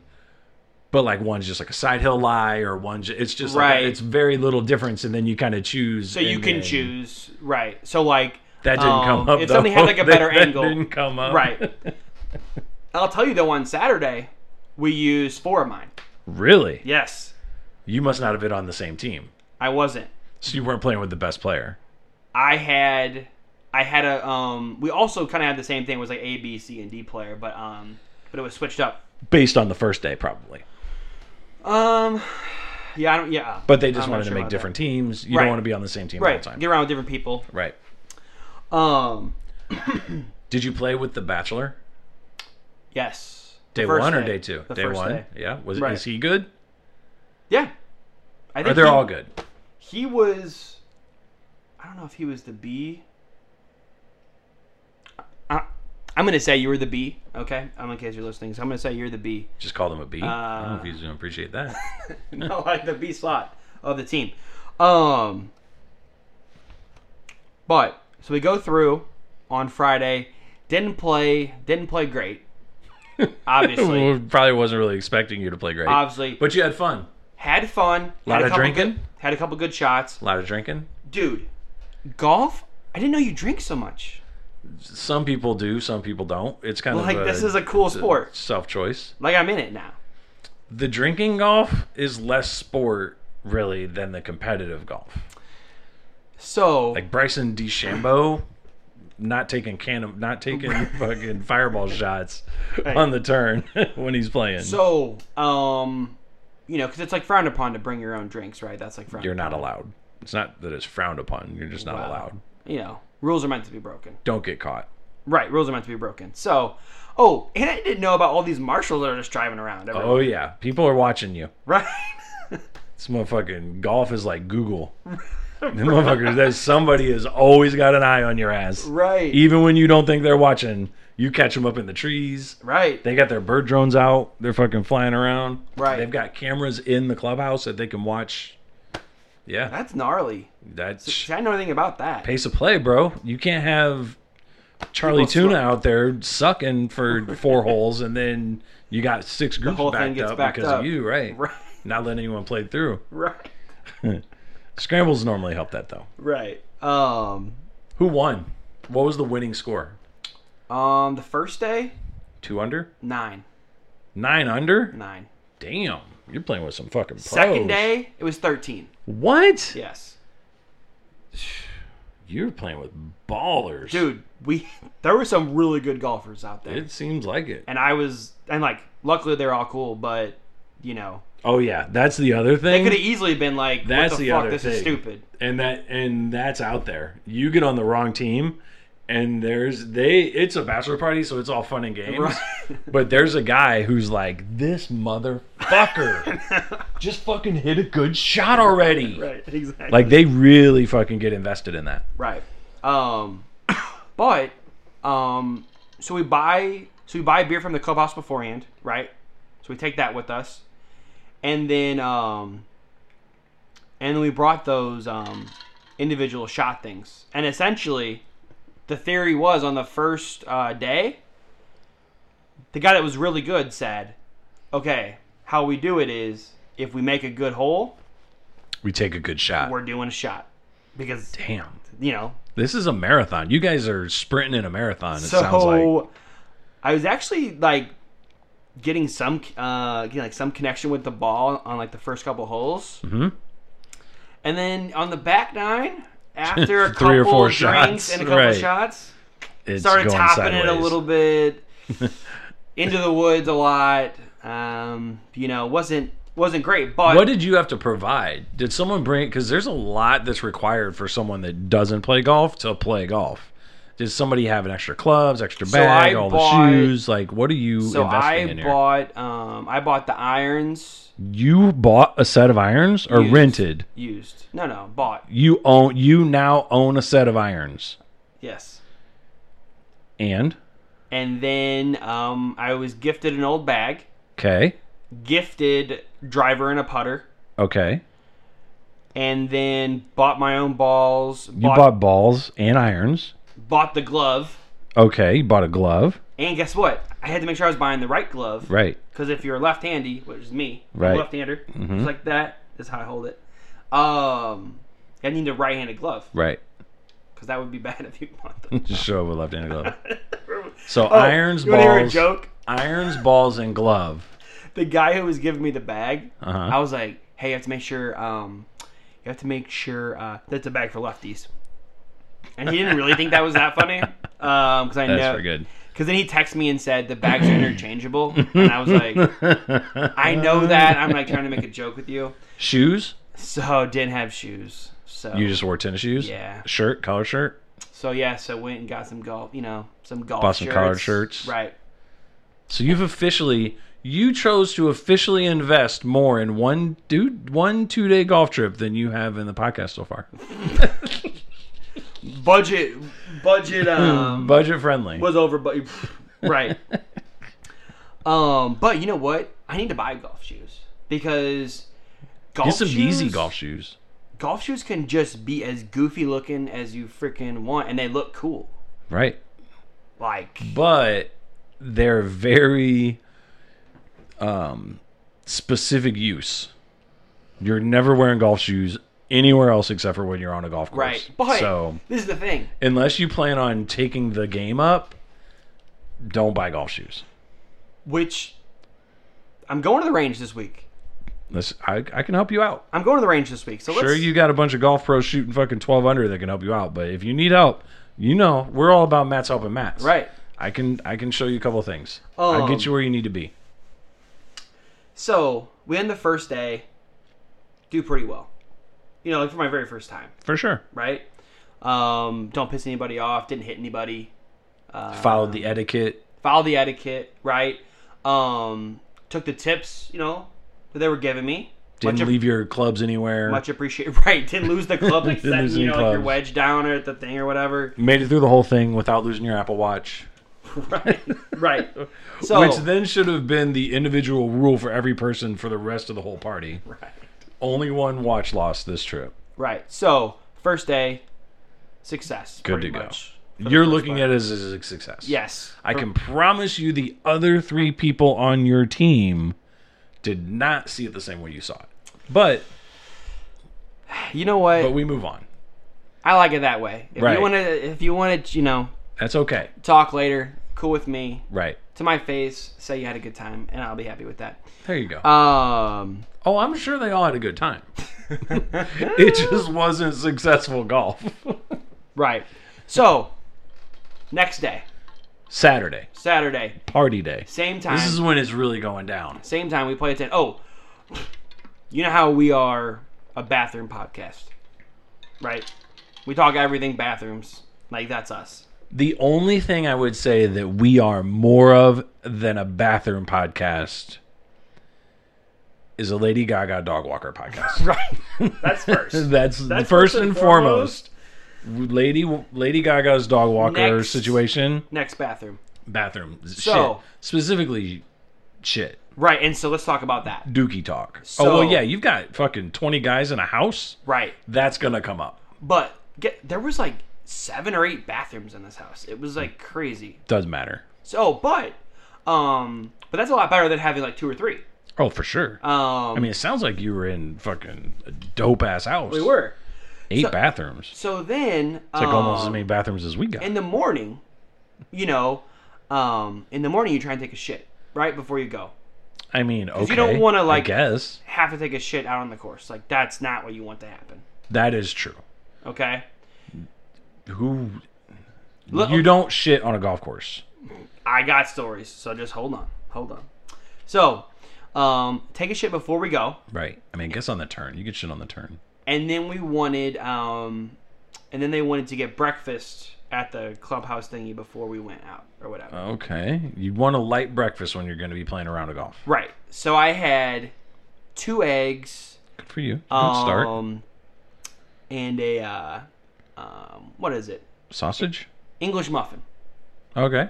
But like one's just like a side hill lie, or one's it's just like,
Right.
it's very little difference, and then you kind of choose.
So you
and
can
then-
choose, right? So like
That didn't come
um,
up.
If something had
though.
like a
That-
better
that
angle,
didn't come up.
Right. Uh, I'll tell you though, on Saturday, we used four of mine.
Really?
Yes.
You must not have been on the same team.
I wasn't.
So you weren't playing with the best player.
I had I had a um we also kinda had the same thing, it was like A, B, C, and D player, but um but it was switched up.
Based on the first day, probably.
Um yeah, I don't yeah.
But they just
I'm not
wanted
sure
to make
about that.
different teams. You
Right.
don't want to be on the same team all
Right.
the time.
Get around with different people.
Right.
Um
Did you play with the Bachelor?
yes. The
Day
first
one or day two?
The
day
first
one.
Day.
Yeah. Was
Right.
is he good?
Yeah. I
Or
think
they're
he,
all good.
he was I don't know if he was the B. I, I'm gonna say you were the B, okay? I'm in case you're listening, so I'm gonna say you're the B.
Just call them a B. I don't know if he's gonna appreciate that.
no, like the B slot of the team. Um, but so we go through on Friday. Didn't play. Didn't play great. Obviously,
We Probably wasn't really expecting you to play great.
obviously,
but you had fun.
had fun.
Lot
had a
of
couple
drinking?
good- had a couple good shots,
A lot of drinking.
dude. Golf. I didn't know you drink so much.
Some people do, some people don't. It's kind
Like
of
this is a cool sport.
self choice.
Like I'm in it now.
The drinking golf is less sport really than the competitive golf.
So
like Bryson DeChambeau not taking can not taking fucking fireball shots on the turn when he's playing.
so um, you know, because it's like frowned upon to bring your own drinks, right? That's like frowned.
You're not allowed. It's not that it's frowned upon. You're just not
Wow.
allowed.
You know, rules are meant to be broken.
Don't get caught.
Right, rules are meant to be broken. So, oh, and I didn't know about all these marshals that are just driving around. everywhere.
Oh yeah, people are watching you.
Right,
This motherfucking golf is like Google. The motherfuckers, there's somebody has always got an eye on your ass.
right,
Even when you don't think they're watching, you catch them up in the trees.
right.
They got their bird drones out. They're fucking flying around.
Right.
They've got cameras in the clubhouse that they can watch. Yeah.
That's gnarly.
That's
See, I know anything about that.
pace of play, bro. You can't have Charlie
People
Tuna
suck.
out there sucking for four holes, and then you got six groups
whole thing
backed
gets
up
backed
because
up.
of you, right?
Right,
Not letting anyone play through.
right,
Scrambles normally help that though.
right. Um,
Who won? What was the winning score?
um, the first day,
Two under,
nine,
nine under.
nine.
Damn, you're playing with some fucking pros.
Second day, it was thirteen.
what?
Yes,
You're playing with ballers,
dude. We there were some really good golfers out there,
It seems like it.
and I was and like luckily they're all cool, but you know
Oh yeah, that's the other thing.
it could have easily been like what
That's
the,
the
fuck
other
this is
thing.
stupid.
and that and that's out there. You get on the wrong team, and there's they. It's a bachelor party, so it's all fun and games.
Right.
But there's a guy who's like, "This motherfucker, just fucking hit a good shot already."
Right, exactly.
Like they really fucking get invested in that.
Right. Um, but Um, so we buy so we buy beer from the club house beforehand, right? So we take that with us, and then um, and then we brought those um, individual shot things. And essentially, the theory was on the first uh, day, the guy that was really good said, "Okay, how we do it is if we make a good hole,
We take a good shot.
we're doing a shot because
Damn.
you know."
This is a marathon. You guys are sprinting in a marathon, it
so
sounds like.
I was actually like getting some uh getting, like some connection with the ball on like the first couple holes.
Mhm.
And then on the back nine, after a
Three or
couple
four
drinks
shots,
and a couple
right.
shots,
It's
started
going
topping
sideways.
it a little bit into the woods a lot. Um, you know, wasn't wasn't great, but
What did you have to provide? Did someone bring Because there's a lot that's required for someone that doesn't play golf to play golf. Did somebody have an extra clubs, extra bag,
I
all
bought-
the shoes? Like, what are you
so
investing
I
in here?
bought um I bought the irons
you bought a set of irons or
Used.
rented?
used. No, no, bought.
You own. You now own a set of irons,
Yes.
and
and then um, I was gifted an old bag,
okay,
gifted driver and a putter,
okay.
and then bought my own balls.
You
Bought,
bought balls and irons.
bought the glove,
Okay, you bought a glove.
and guess what? I had to make sure I was buying the right glove
Right.
because if you're left-handy, which is me,
Right. Mm-hmm.
left-hander, just like that is how I hold it. Um, I need a right-handed glove
Right.
because that would be bad if you want them.
Just show up with left-handed glove. So irons,
Oh, you wanna hear a
balls,
joke?
irons, balls, and glove.
The guy who was giving me the bag,
Uh-huh.
I was like, "Hey, you have to make sure. Um, you have to make sure uh, that's a bag for lefties." And he didn't really think that was that funny, because I
That's
know.
for good.
Because then he texted me and said the bags are interchangeable, and I was like, "I know that. I'm like trying to make a joke with you."
Shoes?
So didn't have shoes. So
You just wore tennis shoes?
Oh. yeah.
Shirt, collar shirt?
So yeah. So went and got some golf. You know, some golf.
Bought some
shirts.
collared shirts.
Right.
So you've officially you chose to officially invest more in one dude one two day golf trip than you have in the podcast so far.
Budget. Budget. Um.
Budget friendly.
was over, but right. um, but you know what? I need to buy golf shoes because golf
Get some
shoes,
easy golf shoes.
golf shoes can just be as goofy looking as you freaking want, and they look cool.
Right.
Like
But they're very um specific use. You're never wearing golf shoes anywhere else except for when you're on a golf course.
right, but
so
this is the thing.
unless you plan on taking the game up, don't buy golf shoes.
Which I'm going to the range this week.
Let's, I, I can help you out.
I'm going to the range this week. So
Sure,
let's,
you got a bunch of golf pros shooting fucking 12 under that can help you out, but if you need help, you know we're all about Matt's helping Matt's.
right.
I can I can show you a couple of things. I'll
Um,
get you where you need to be.
So we end the first day, do pretty well. You know, like for my very first time,
For sure.
right? Um, don't piss anybody off. Didn't hit anybody.
Followed the etiquette.
follow the etiquette, right? Um, took the tips, you know, that they were giving me.
Didn't
much ap-
leave your clubs anywhere.
much appreciated. Right, didn't lose the club, like
Didn't
setting,
lose
you
any
know, like your
clubs.
wedge down or at the thing or whatever.
Made it through the whole thing without losing your Apple Watch.
Right, right. So
Which then should have been the individual rule for every person for the rest of the whole party.
right,
Only one watch lost this trip.
right. So first day, success.
Good
pretty
to go.
much.
You're looking at it as a success.
Yes,
I can promise you the other three people on your team did not see it the same way you saw it. But
you know what?
but we move on.
I like it that way. If
Right.
you want to, if you want to, you know,
That's okay.
talk later. Cool with me.
Right.
To my face, say you had a good time, and I'll be happy with that.
There you go.
Um,
oh, I'm sure they all had a good time. it just wasn't successful golf.
Right. So, next day,
Saturday,
Saturday,
party day.
same time,
This is when it's really going down.
same time we play at 10. Oh, you know how we are a bathroom podcast, right? We talk everything bathrooms. Like, that's us.
The only thing I would say that we are more of than a bathroom podcast is a Lady Gaga dog walker podcast.
Right. That's first.
That's,
That's
first and foremost. Lady Lady Gaga's dog walker
Next.
situation.
Next bathroom.
Bathroom.
So-
shit. Specifically, shit.
Right, and so let's talk about that.
Dookie talk.
So-
oh well, yeah. You've got fucking twenty guys in a house.
Right.
That's gonna come up.
But get, there was like seven or eight bathrooms in this house. It was like crazy.
Doesn't matter.
So, but um but that's a lot better than having like two or three.
Oh, for sure.
Um
I mean, it sounds like you were in fucking a dope ass house.
we were.
eight
so-
bathrooms. It's
So then
like almost
um,
as many bathrooms as we got.
in the morning, you know, um, in the morning you try and take a shit right before you go.
I mean, okay.
you don't wanna, like-
I guess
Have to take a shit out on the course. Like that's not what you want to happen.
that is true.
Okay.
Who
Look,
you don't shit on a golf course?
I got stories, so just hold on, hold on. So, um, take a shit before we go,
Right. I mean, guess on the turn. You get shit on the turn.
and then we wanted, um, and then they wanted to get breakfast at the clubhouse thingy before we went out or
Uh.
whatever.
Okay. You want a light breakfast when you're going to be playing a round of golf.
right. So I had two eggs.
Good for you. Good start.
Um, and a uh, um, what is it?
Sausage.
English muffin.
Okay.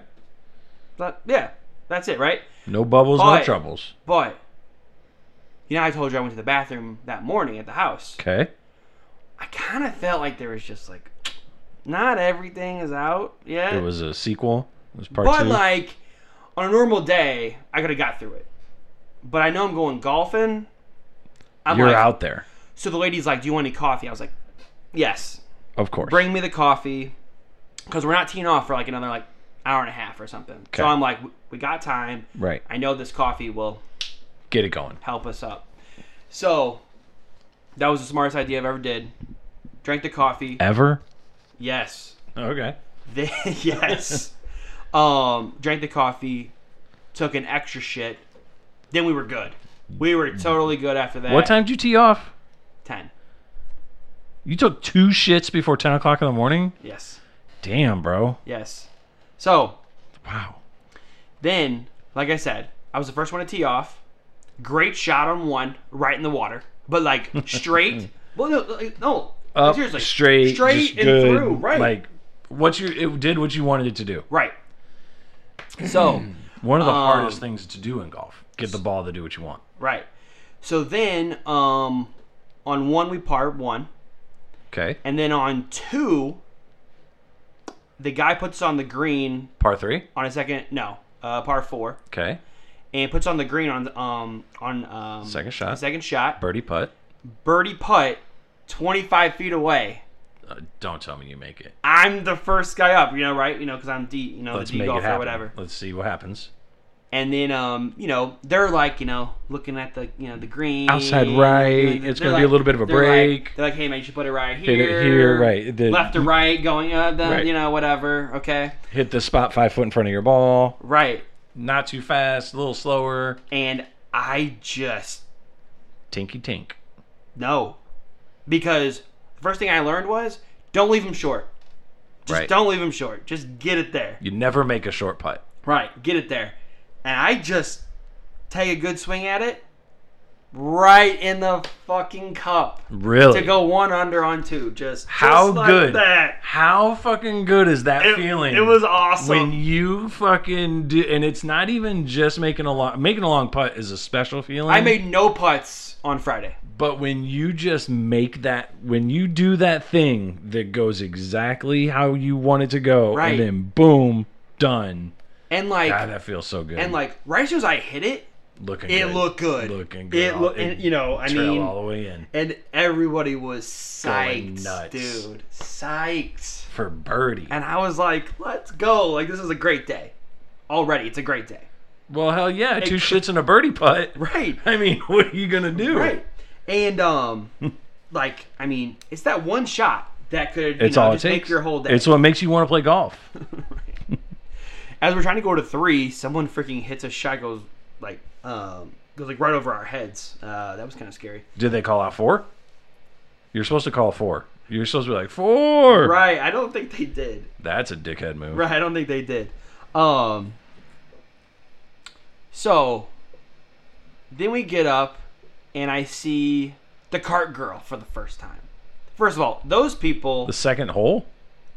But, yeah, that's it, right?
No bubbles,
Boy.
no troubles.
But you know, I told you I went to the bathroom that morning at the house.
Okay.
I kind of felt like there was just like not everything is out yet,
It was a sequel. It was part
but
two.
like on a normal day, I could have got through it. But I know I'm going golfing. I'm
you're
like,
out there,
so the lady's like, "Do you want any coffee?" I was like, "Yes."
of course.
bring me the coffee because we're not teeing off for like another like hour and a half or something.
Okay.
So I'm like, "We- we got time.
right.
I know this coffee will
Get it going.
help us up. So that was the smartest idea I've ever did. Drank the coffee.
Ever.
Yes.
Okay.
They- yes. um, drank the coffee. Took an extra shit. Then we were good. We were totally good after that.
What time did you tee off?
Ten.
You took two shits before ten o'clock in the morning.
Yes.
Damn, bro.
Yes. So
Wow.
Then, like I said, I was the first one to tee off. Great shot on one, right in the water, but like straight. well, no, like, no.
Up,
seriously,
straight,
straight
just
and
good,
through, right,
Like what you it did what you wanted it to do.
right. So,
One of the
Um,
hardest things to do in golf: get the ball to do what you want.
right. So then, um, on one we par one,
Okay.
and then on two, the guy puts on the green
Par three.
on a second, no, uh, par four,
Okay.
and puts on the green on um on um
Second shot.
second shot,
Birdie putt.
birdie putt, twenty five feet away.
Uh, don't tell me you make it.
I'm the first guy up, you know, right? You know, because I'm D, you know,
Let's
the D
make it
golfer
happen.
or whatever.
Let's see what happens.
And then, um, you know, they're like, you know, looking at the, you know, the green
Outside right,
They're
it's gonna be a little bit of a
they're like-
break.
they're like, hey man, you should put it right here,
Hit it here, right, the-
left to right, going up, then,
Right.
you know, whatever. Okay,
Hit the spot five foot in front of your ball.
right.
Not too fast. A little slower.
And I just
Tinky tink.
no, because the first thing I learned was don't leave him short. Just
Right.
don't leave him short. Just get it there.
You never make a short putt.
Right, get it there. And I just take a good swing at it right in the fucking cup
Really.
to go one under on two. Just
How
just like
good.
that.
How fucking good is that
It,
feeling?
it was awesome.
when you fucking do, and it's not even just making a long making a long putt is a special feeling.
I made no putts on Friday.
but when you just make that, when you do that thing that goes exactly how you want it to go,
Right.
and then boom, done.
And like
God, that feels so good.
and like right as soon as I hit it,
looking,
it
good.
looked good.
looking good.
It
all-
looked and you know, I
trail
mean
all the way in
and everybody was
Going
psyched,
nuts.
dude. Psyched.
for birdie.
And I was like, let's go. Like this is a great day. Already, it's a great day.
well, hell yeah, two shits and a birdie putt.
Right.
I mean, what are you gonna do?
Right. And um like I mean, it's that one shot that could you
It's
know,
all it
just
takes.
make your whole day.
It's what makes you want to play golf.
As we're trying to go to three, someone freaking hits a shot goes like um goes like right over our heads. Uh that was kinda scary.
Did they call out four? You're supposed to call four. You're supposed to be like four.
Right, I don't think they did.
That's a dickhead move.
Right, I don't think they did. Um So then we get up and I see the cart girl for the first time. First of all, those people.
The second hole?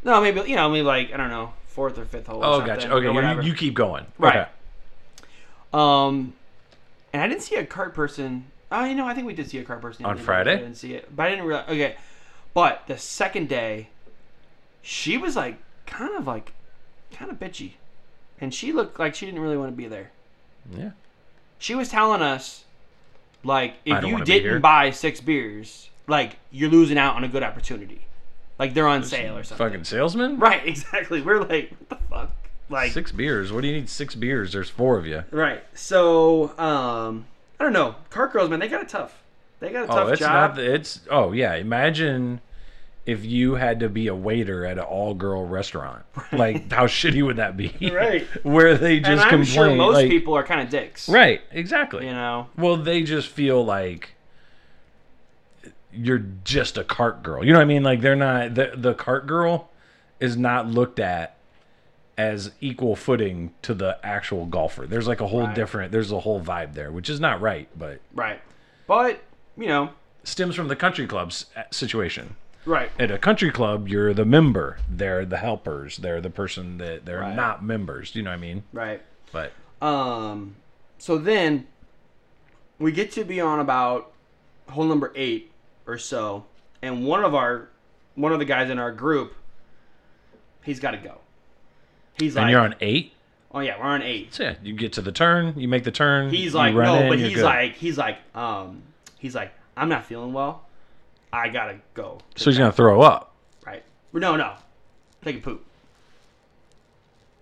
No, maybe you know, maybe like I don't know, fourth or fifth hole. Or
Oh,
something,
gotcha.
or
Okay, you,
whatever.
you keep going.
Right.
Okay.
Um, and I didn't see a cart person. Oh, you know, I think we did see a cart person
On
I
Friday?
didn't see it, but I didn't realize. Okay, but the second day, she was like kind of like kind of bitchy, and she looked like she didn't really want to be there.
Yeah.
She was telling us like
I
if
don't
you
wanna be here.
didn't buy six beers, like you're losing out on a good opportunity, like they're on sale or something.
Fucking salesman?
Right? Exactly. We're like, what the fuck? Like
Six beers. What do you need six beers? There's four of you.
Right. So, um, I don't know. Cart girls, man, they got a tough. They got a
oh,
tough
it's
job.
not. The, it's oh yeah. Imagine if you had to be a waiter at an all-girl restaurant. Like how shitty would that be?
Right.
Where they just
and I'm
complain.
sure most
like-
people are kind of dicks.
Right. Exactly.
You know.
Well, they just feel like you're just a cart girl. You know what I mean? Like they're not the the cart girl is not looked at as equal footing to the actual golfer. There's like a whole different there's a whole vibe there, which is not right, but
Right. But you know.
stems from the country club's uh, situation.
Right.
At a country club, you're the member. They're the helpers. They're the person that they're
Right.
not members. Do you know what I mean?
Right.
But
Um. So then, we get to be on about hole number eight or so, and one of our, one of the guys in our group, he's got to go. He's
and
like,
you're on eight.
oh yeah, we're on eight.
So yeah, you get to the turn. You make the turn. you
he's like
run
no
in,
but
you're
he's
good.
like he's like um he's like i'm not feeling well i gotta go
so he's gonna throw up.
right no no take a poop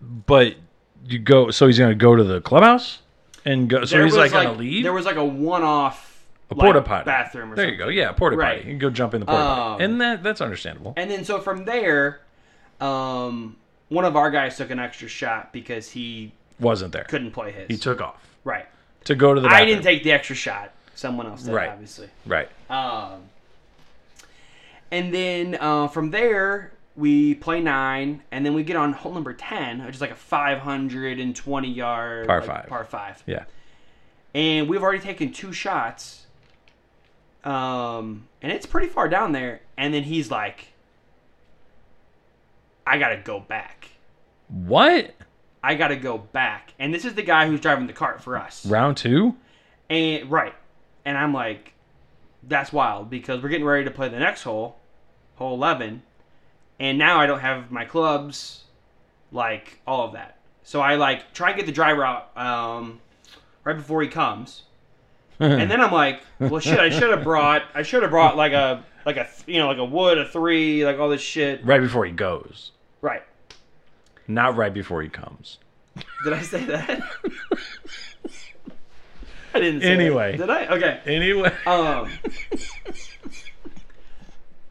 But you go. So he's gonna go to the clubhouse and go. So
There
he's like,
was,
gonna leave.
there was like a one-off
a
like,
porta potty
bathroom or
there
something
you go. Yeah, porta
Right.
potty. You can go jump in the porta potty,
Um,
and that that's understandable.
and then so from there um one of our guys took an extra shot because he
Wasn't there?
couldn't play his
He took off
right
to go to the.
i
Bathroom.
didn't take the extra shot someone else did
Right.
obviously
Right.
Um, and then uh, from there, we play nine, and then we get on hole number 10, which is like a 520 yard
Par
like,
five.
Par five.
Yeah.
And we've already taken two shots. Um, and it's pretty far down there. And then he's like, I got to go back.
What
I got to go back. And this is the guy who's driving the cart for us.
round two?
And right. And I'm like, that's wild because we're getting ready to play the next hole, hole eleven, and now I don't have my clubs, like all of that. So I like try and get the driver out um, right before he comes, and then I'm like, well, shit, I should have brought, I should have brought like a like a th- you know like a wood, a three, like all this shit.
Right before he goes,
Right?
not right before he comes.
Did I say that? I didn't. Say that.
Anyway.
did I? Okay.
Anyway.
Um,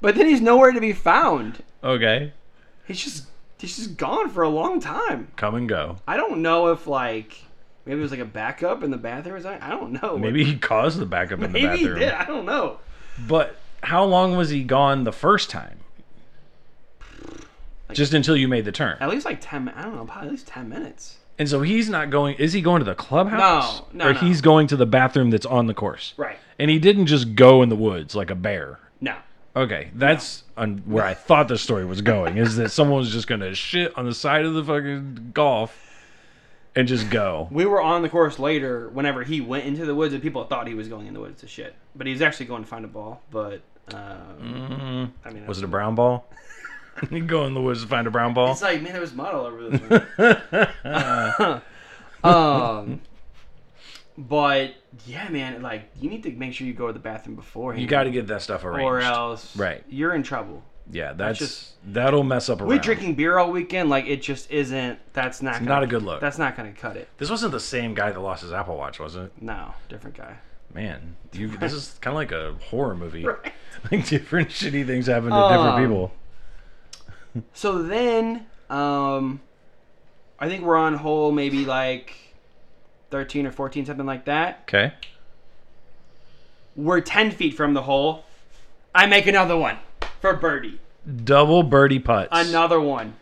but then he's nowhere to be found.
okay.
He's just he's just gone for a long time.
Come and go.
I don't know if like maybe it was like a backup in the bathroom. Or something. I don't know.
Maybe he caused the backup in the
maybe he
bathroom.
did. I don't know.
But how long was he gone the first time? Just until you made the turn.
At least like ten. mi- I don't know. Probably at least ten minutes.
And so he's not going. Is he going to the clubhouse?
No, no,
Or
no.
he's going to the bathroom that's on the course.
Right.
And he didn't just go in the woods like a bear.
No.
Okay, that's on where I thought the story was going. Is that someone was just going to shit on the side of the fucking golf and just go?
We were on the course later. Whenever he went into the woods, and people thought he was going in the woods to shit, but he was actually going to find a ball. But um, I mean,
Mm-hmm. Was it a brown ball? you go in the woods to find a brown ball.
It's like, man, there was mud all over this room. um, but yeah, man, like you need to make sure you go to the bathroom beforehand.
You got to get that stuff arranged.
or else,
Right.
You're in trouble.
Yeah, that's
just-
that'll mess up. Around.
We drinking beer all weekend, like it just isn't. That's not gonna,
not a good look.
That's not gonna cut it.
This wasn't the same guy that lost his Apple Watch, was it?
No, different guy.
Man, you, this is kind of like a horror movie. Like different shitty things happen to different
Um,
people.
So then, um, I think we're on hole maybe like thirteen or fourteen, something like that.
Okay.
We're ten feet from the hole. I make another one for birdie.
Double birdie putts.
Another one.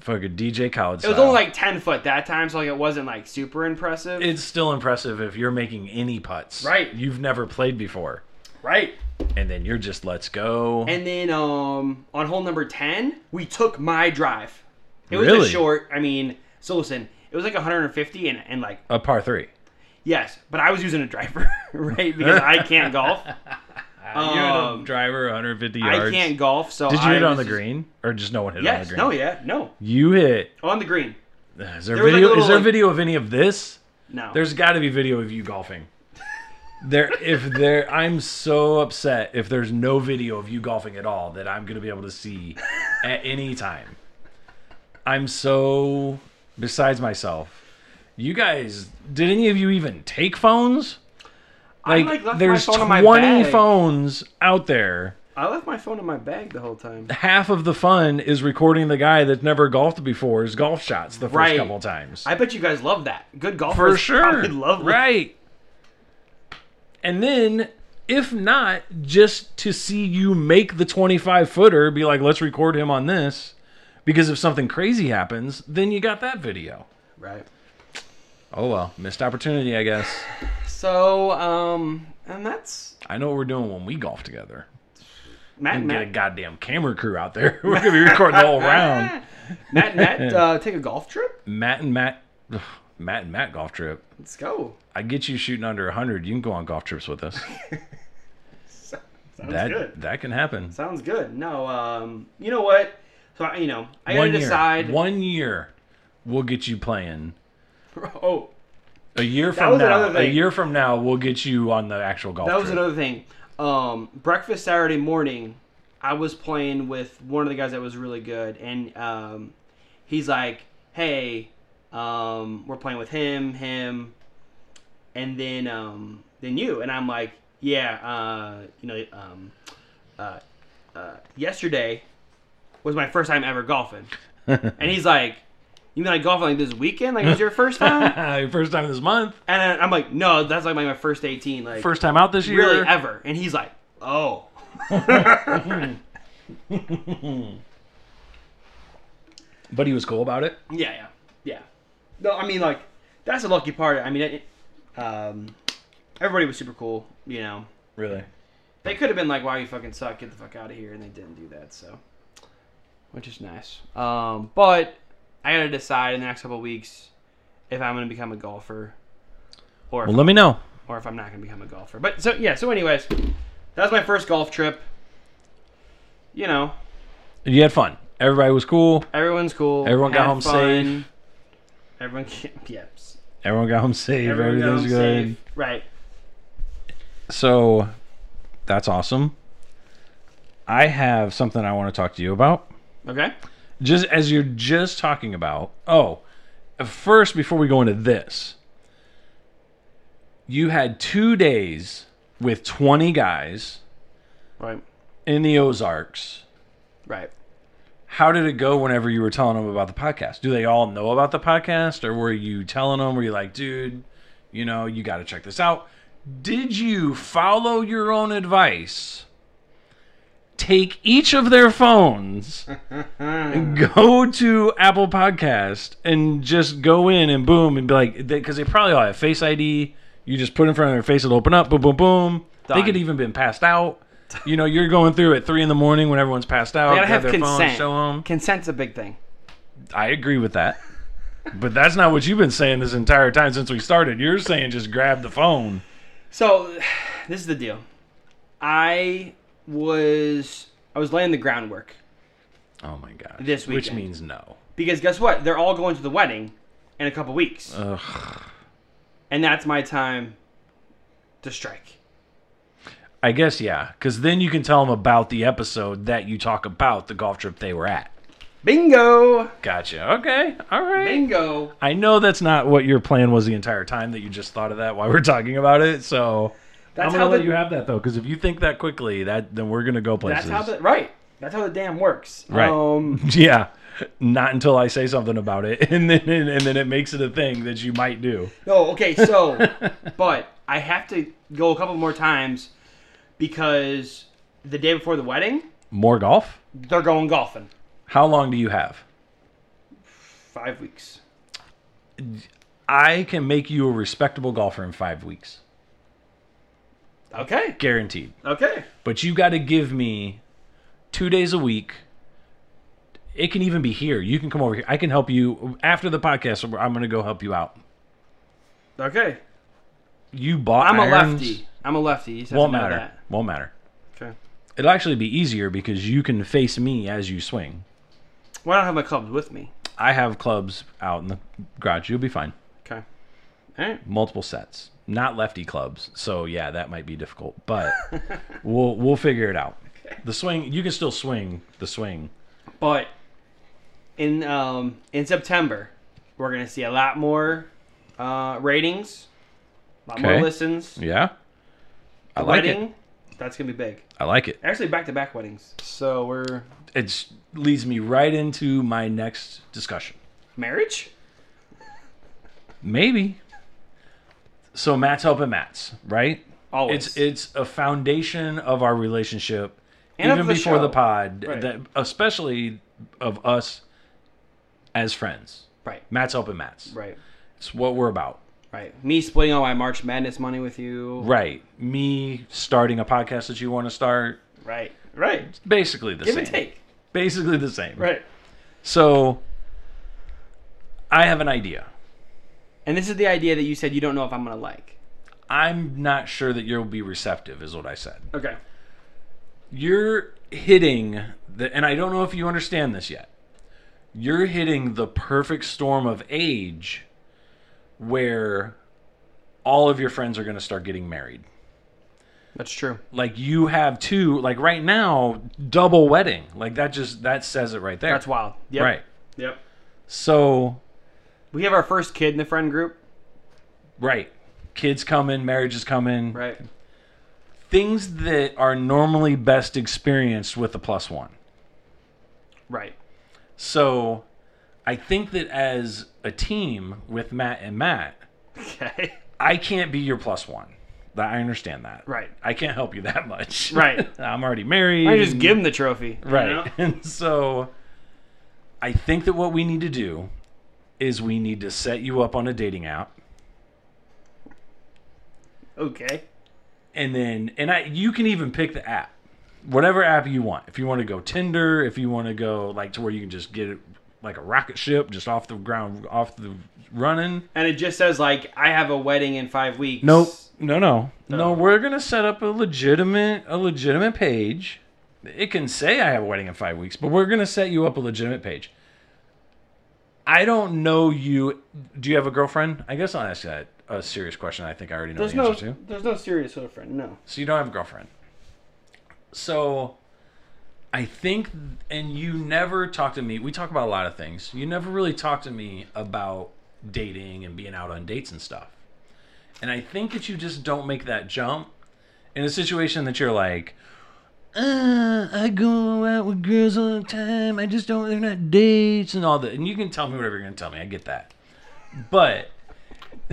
Fucking DJ Khaled
It was only like ten foot that time, so like it wasn't like super impressive.
It's still impressive if you're making any putts.
Right.
You've never played before.
right.
and then you're just let's go.
And then um, on hole number 10, we took my drive. It was
Really?
a short. I mean, so listen, it was like 150 and, and like,
a par three.
yes, but I was using a driver, right? Because I can't golf.
Uh, you hit a
Um,
driver 150
I
yards.
can't golf. So
Did you hit
I
it on
was
the
just-
green, or just no one hit it on the
Yes.
green?
No, yeah. No.
You hit.
On the green.
Is there,
There was like a
video?
little,
is there
like-
video of any of this?
No.
There's got to be video of you golfing. There, if there, I'm so upset if there's no video of you golfing at all that I'm gonna be able to see at any time. I'm so besides myself. You guys, did any of you even take phones?
I, like, left my
there's
phone in my
20
bag.
phones out there.
I left my phone in my bag the whole time.
Half of the fun is recording the guy that's never golfed before his golf shots the first
Right.
couple times.
I bet you guys love that. Good golfers.
for sure.
Probably love me.
Right. And then, if not, just to see you make the 25 footer, be like, let's record him on this. Because if something crazy happens, then you got that video.
Right.
Oh, well. Missed opportunity, I guess.
So, um, and that's
I know what we're doing when we golf together.
Matt.
And
and
get a
Matt,
goddamn camera crew out there. We're going to be recording the whole round.
Matt, and Matt, uh, take a golf trip.
Matt and Matt. ugh, Matt and Matt golf trip.
Let's go.
I get you shooting under 100. You can go on golf trips with us.
So- Sounds
that
good.
that can happen.
Sounds good. No, um, you know what? So I, you know, I
one
gotta decide.
year. One year, we'll get you playing.
Oh,
A year from
was
now,
another
a
thing.
year from now, we'll get you on the actual golf.
that was
trip.
another thing. Um, breakfast Saturday morning, I was playing with one of the guys that was really good, and um, he's like, "Hey, um, we're playing with him, him, and then um, then you." And I'm like, "Yeah, uh, you know, um, uh, uh, yesterday was my first time ever golfing," and he's like. You mean like golfing like this weekend? Like it was your first time?
Your first time this month,
And I- I'm like, no, that's like my, my first 18. Like
first time out this year.
really ever. And he's like, oh.
but he was cool about it.
Yeah, yeah, yeah. No, I mean, like, that's a lucky part. I mean, it, um, everybody was super cool, you know.
Really,
They could have been like, wow, you fucking suck, get the fuck out of here, and they didn't do that, so. Which is nice. Um, but I gotta decide in the next couple of weeks if I'm gonna become a golfer. Or if
Well, let me know.
or if I'm not going to become a golfer. But so yeah, so anyways, that was my first golf trip. You know,
You had fun. Everybody was cool.
everyone's cool.
Everyone got
had
home safe.
Everyone, ca- yeah, s-
Everyone got home safe.
everyone got
Everything was
home
good.
safe. Right.
So, that's awesome. I have something I want to talk to you about.
Okay.
just as you're just talking about oh first before we go into this you had two days with 20 guys
Right.
in the ozarks
Right.
how did it go whenever you were telling them about the podcast do they all know about the podcast or were you telling them were you like dude you know you got to check this out did you follow your own advice take each of their phones go to Apple Podcast and just go in and boom and be like, because they probably all have Face ID. You just put in front of their face, it'll open up, boom, boom, boom. They
Done.
could even been passed out. You know, you're going through at three in the morning when everyone's passed out.
I gotta
grab
have
their phone,
consent.
show 'em.
Consent's a big thing.
Um, I agree with that, but that's not what you've been saying this entire time since we started. You're saying just grab the phone.
So, this is the deal. I was I was laying the groundwork
Oh my god.
This
which
weekend.
means no.
because guess what? They're all going to the wedding in a couple weeks.
Ugh.
and that's my time to strike.
I guess yeah, because then you can tell them about the episode that you talk about the golf trip they were at.
Bingo!
Gotcha. Okay. All right.
Bingo!
I know that's not what your plan was the entire time that you just thought of that while we're talking about it. So
That's
I'm gonna
how
let
the-
you have that though, because if you think that quickly, that then we're gonna go
That's
places.
how the right. That's how the damn works.
Right.
Um,
yeah. Not until I say something about it, and then and, then it makes it a thing that you might do.
no, okay, so, but I have to go a couple more times because the day before the wedding,
More golf.
they're going golfing.
How long do you have?
Five weeks.
I can make you a respectable golfer in five weeks.
Okay.
guaranteed.
Okay.
But you got to give me two days a week. It can even be here. You can come over here. I can help you after the podcast. I'm going to go help you out.
Okay.
You bought.
I'm a
irons.
lefty. I'm a lefty. You just have
Won't
to know
matter.
that.
Won't matter.
Okay.
It'll actually be easier because you can face me as you swing.
Well, I don't have my clubs with me.
I have clubs out in the garage. You'll be fine.
Okay. All right.
Multiple sets, not lefty clubs. So yeah, that might be difficult, but we'll we'll figure it out. The swing, you can still swing the swing.
But in um, in September, we're gonna see a lot more uh, ratings, a lot more
Okay.
listens.
Yeah, I like
Wedding,
it.
that's gonna be big.
I like it.
Actually, back to back weddings. So we're
It leads me right into my next discussion.
marriage.
Maybe. So Matt's helping Matt's right.
Always.
It's it's a foundation of our relationship,
And of
even
the
before the
show.
pod,
Right.
that especially of us as friends.
right.
Matt's helping Matt's.
Right.
It's what we're about.
Right. Me splitting all my March Madness money with you.
Right. Me starting a podcast that you want to start.
Right. Right.
Basically the
Give
same.
and take.
Basically the same.
Right.
So I have an idea.
And this is the idea that you said you don't know if I'm gonna like.
I'm not sure that you'll be receptive, is what I said.
Okay.
You're hitting the, and I don't know if you understand this yet. You're hitting the perfect storm of age where all of your friends are going to start getting married.
That's true.
Like you have two, like right now, double wedding. Like that just, that says it right there.
That's wild. Yep.
Right.
Yep.
So,
We have our first kid in the friend group.
right. Kids coming, marriage is coming.
Right.
Things that are normally best experienced with the plus one.
Right.
So I think that as a team with Matt and Matt,
Okay.
I can't be your plus one. That- I understand that.
Right.
I can't help you that much.
Right.
I'm already married.
I just
and-
give him the trophy. you
Right.
know?
And so I think that what we need to do is we need to set you up on a dating app.
Okay.
and then and I you can even pick the app, whatever app you want. If you want to go Tinder, if you want to go like to where you can just get it like a rocket ship just off the ground, off the running.
And it just says like I have a wedding in five weeks.
Nope, no, no, no. We're gonna set up a legitimate a legitimate page. It can say I have a wedding in five weeks, but we're gonna set you up a legitimate page. I don't know you. Do you have a girlfriend? I guess I'll ask that a serious question. I think I already know
There's
the
no.
answer to.
There's no serious sort of friend. No.
So you don't have a girlfriend. So I think and you never talk to me. We talk about a lot of things. You never really talk to me about dating and being out on dates and stuff. And I think that you just don't make that jump in a situation that you're like uh, I go out with girls all the time. I just don't. They're not dates and all that. And you can tell me whatever you're gonna tell me. I get that, but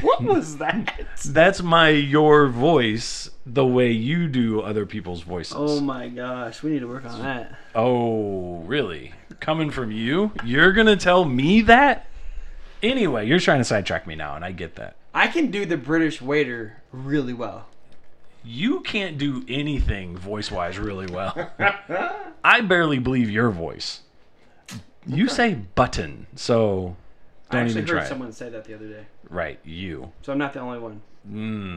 What was that?
that's my your voice the way you do other people's voices.
oh my gosh, we need to work on that.
Oh, really? Coming from you? You're going to tell me that? Anyway, you're trying to sidetrack me now, and I get that.
I can do the British waiter really well.
You can't do anything voice wise really well. I barely believe your voice. You say button, so
I
don't
actually
even try.
heard
it.
someone say that the other day,
Right, you.
so I'm not the only one.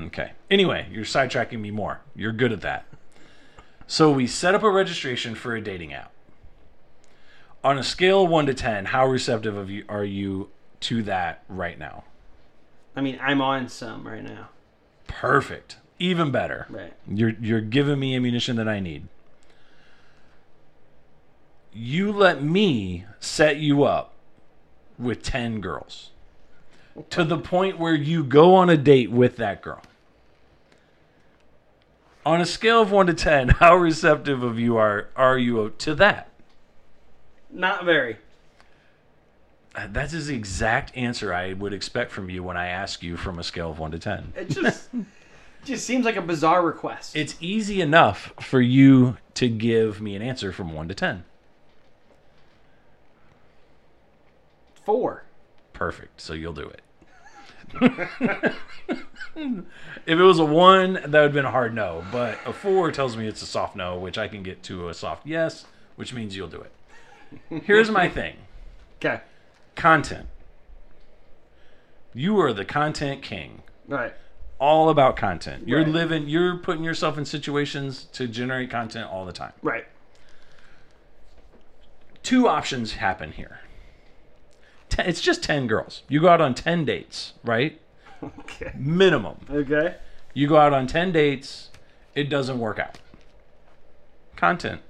Okay. Anyway, you're sidetracking me more. You're good at that. So we set up a registration for a dating app. On a scale of one to ten, how receptive of you are you to that right now?
I mean, I'm on some right now.
Perfect. Even better.
Right.
You're you're giving me ammunition that I need. You let me set you up with 10 girls to the point where you go on a date with that girl. On a scale of 1 to 10, how receptive of you are are you to that?
Not very.
Uh, That is the exact answer I would expect from you when I ask you from a scale of 1 to 10.
It just just seems like a bizarre request.
It's easy enough for you to give me an answer from 1 to 10.
four.
Perfect. So you'll do it. If it was a one, that would have been a hard no. But a four tells me it's a soft no, which I can get to a soft yes, which means you'll do it. Here's my thing
Okay.
content. You are the content king.
All right.
All about content. You're
Right.
living, you're putting yourself in situations to generate content all the time.
Right.
Two options happen here. Ten, it's just 10 girls. You go out on 10 dates, right?
Okay.
Minimum.
Okay.
You go out on 10 dates, it doesn't work out. Content.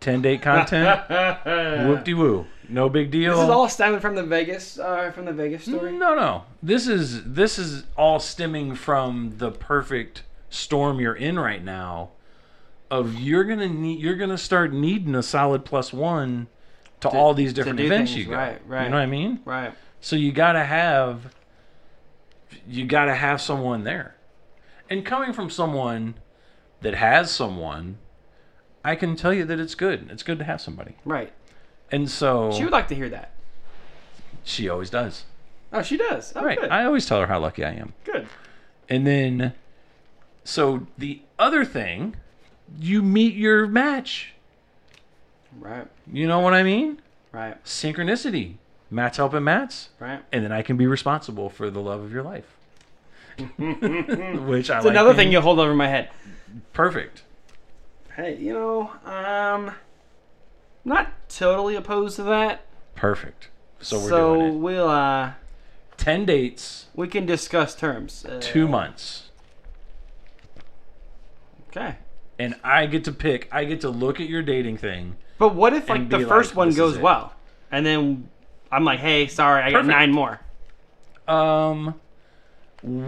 10 date content, whoop de woo. No big deal.
This is all stemming from the Vegas, uh, from the Vegas story.
no, no. This is this is all stemming from the perfect storm you're in right now of you're going to need you're going to start needing a solid plus 1 to, all these different
do
events
things,
you go.
right, right.
You know what I mean?
Right.
So you gotta have you gotta have someone there. And coming from someone that has someone, I can tell you that it's good. It's good to have somebody.
Right.
And so
She would like to hear that.
she always does.
Oh, she does. Oh,
Right.
Good.
I always tell her how lucky I am.
good.
And then so the other thing, you meet your match.
Right.
You know what I mean?
Right.
Synchronicity. Matt's helping Matt's.
Right.
and then I can be responsible for the love of your life. Which I like.
It's another
being
thing you hold over my head.
perfect.
Hey, you know, um, not totally opposed to that.
Perfect. So we're
so
doing it.
we'll uh,
Ten dates,
we can discuss terms. Uh,
two months,
Okay.
and I get to pick. I get to look at your dating thing.
But what if like
And
the
be
first
like,
one
"This is
goes
it."
well, and then I'm like, hey, sorry, I
Perfect.
got nine more.
Um,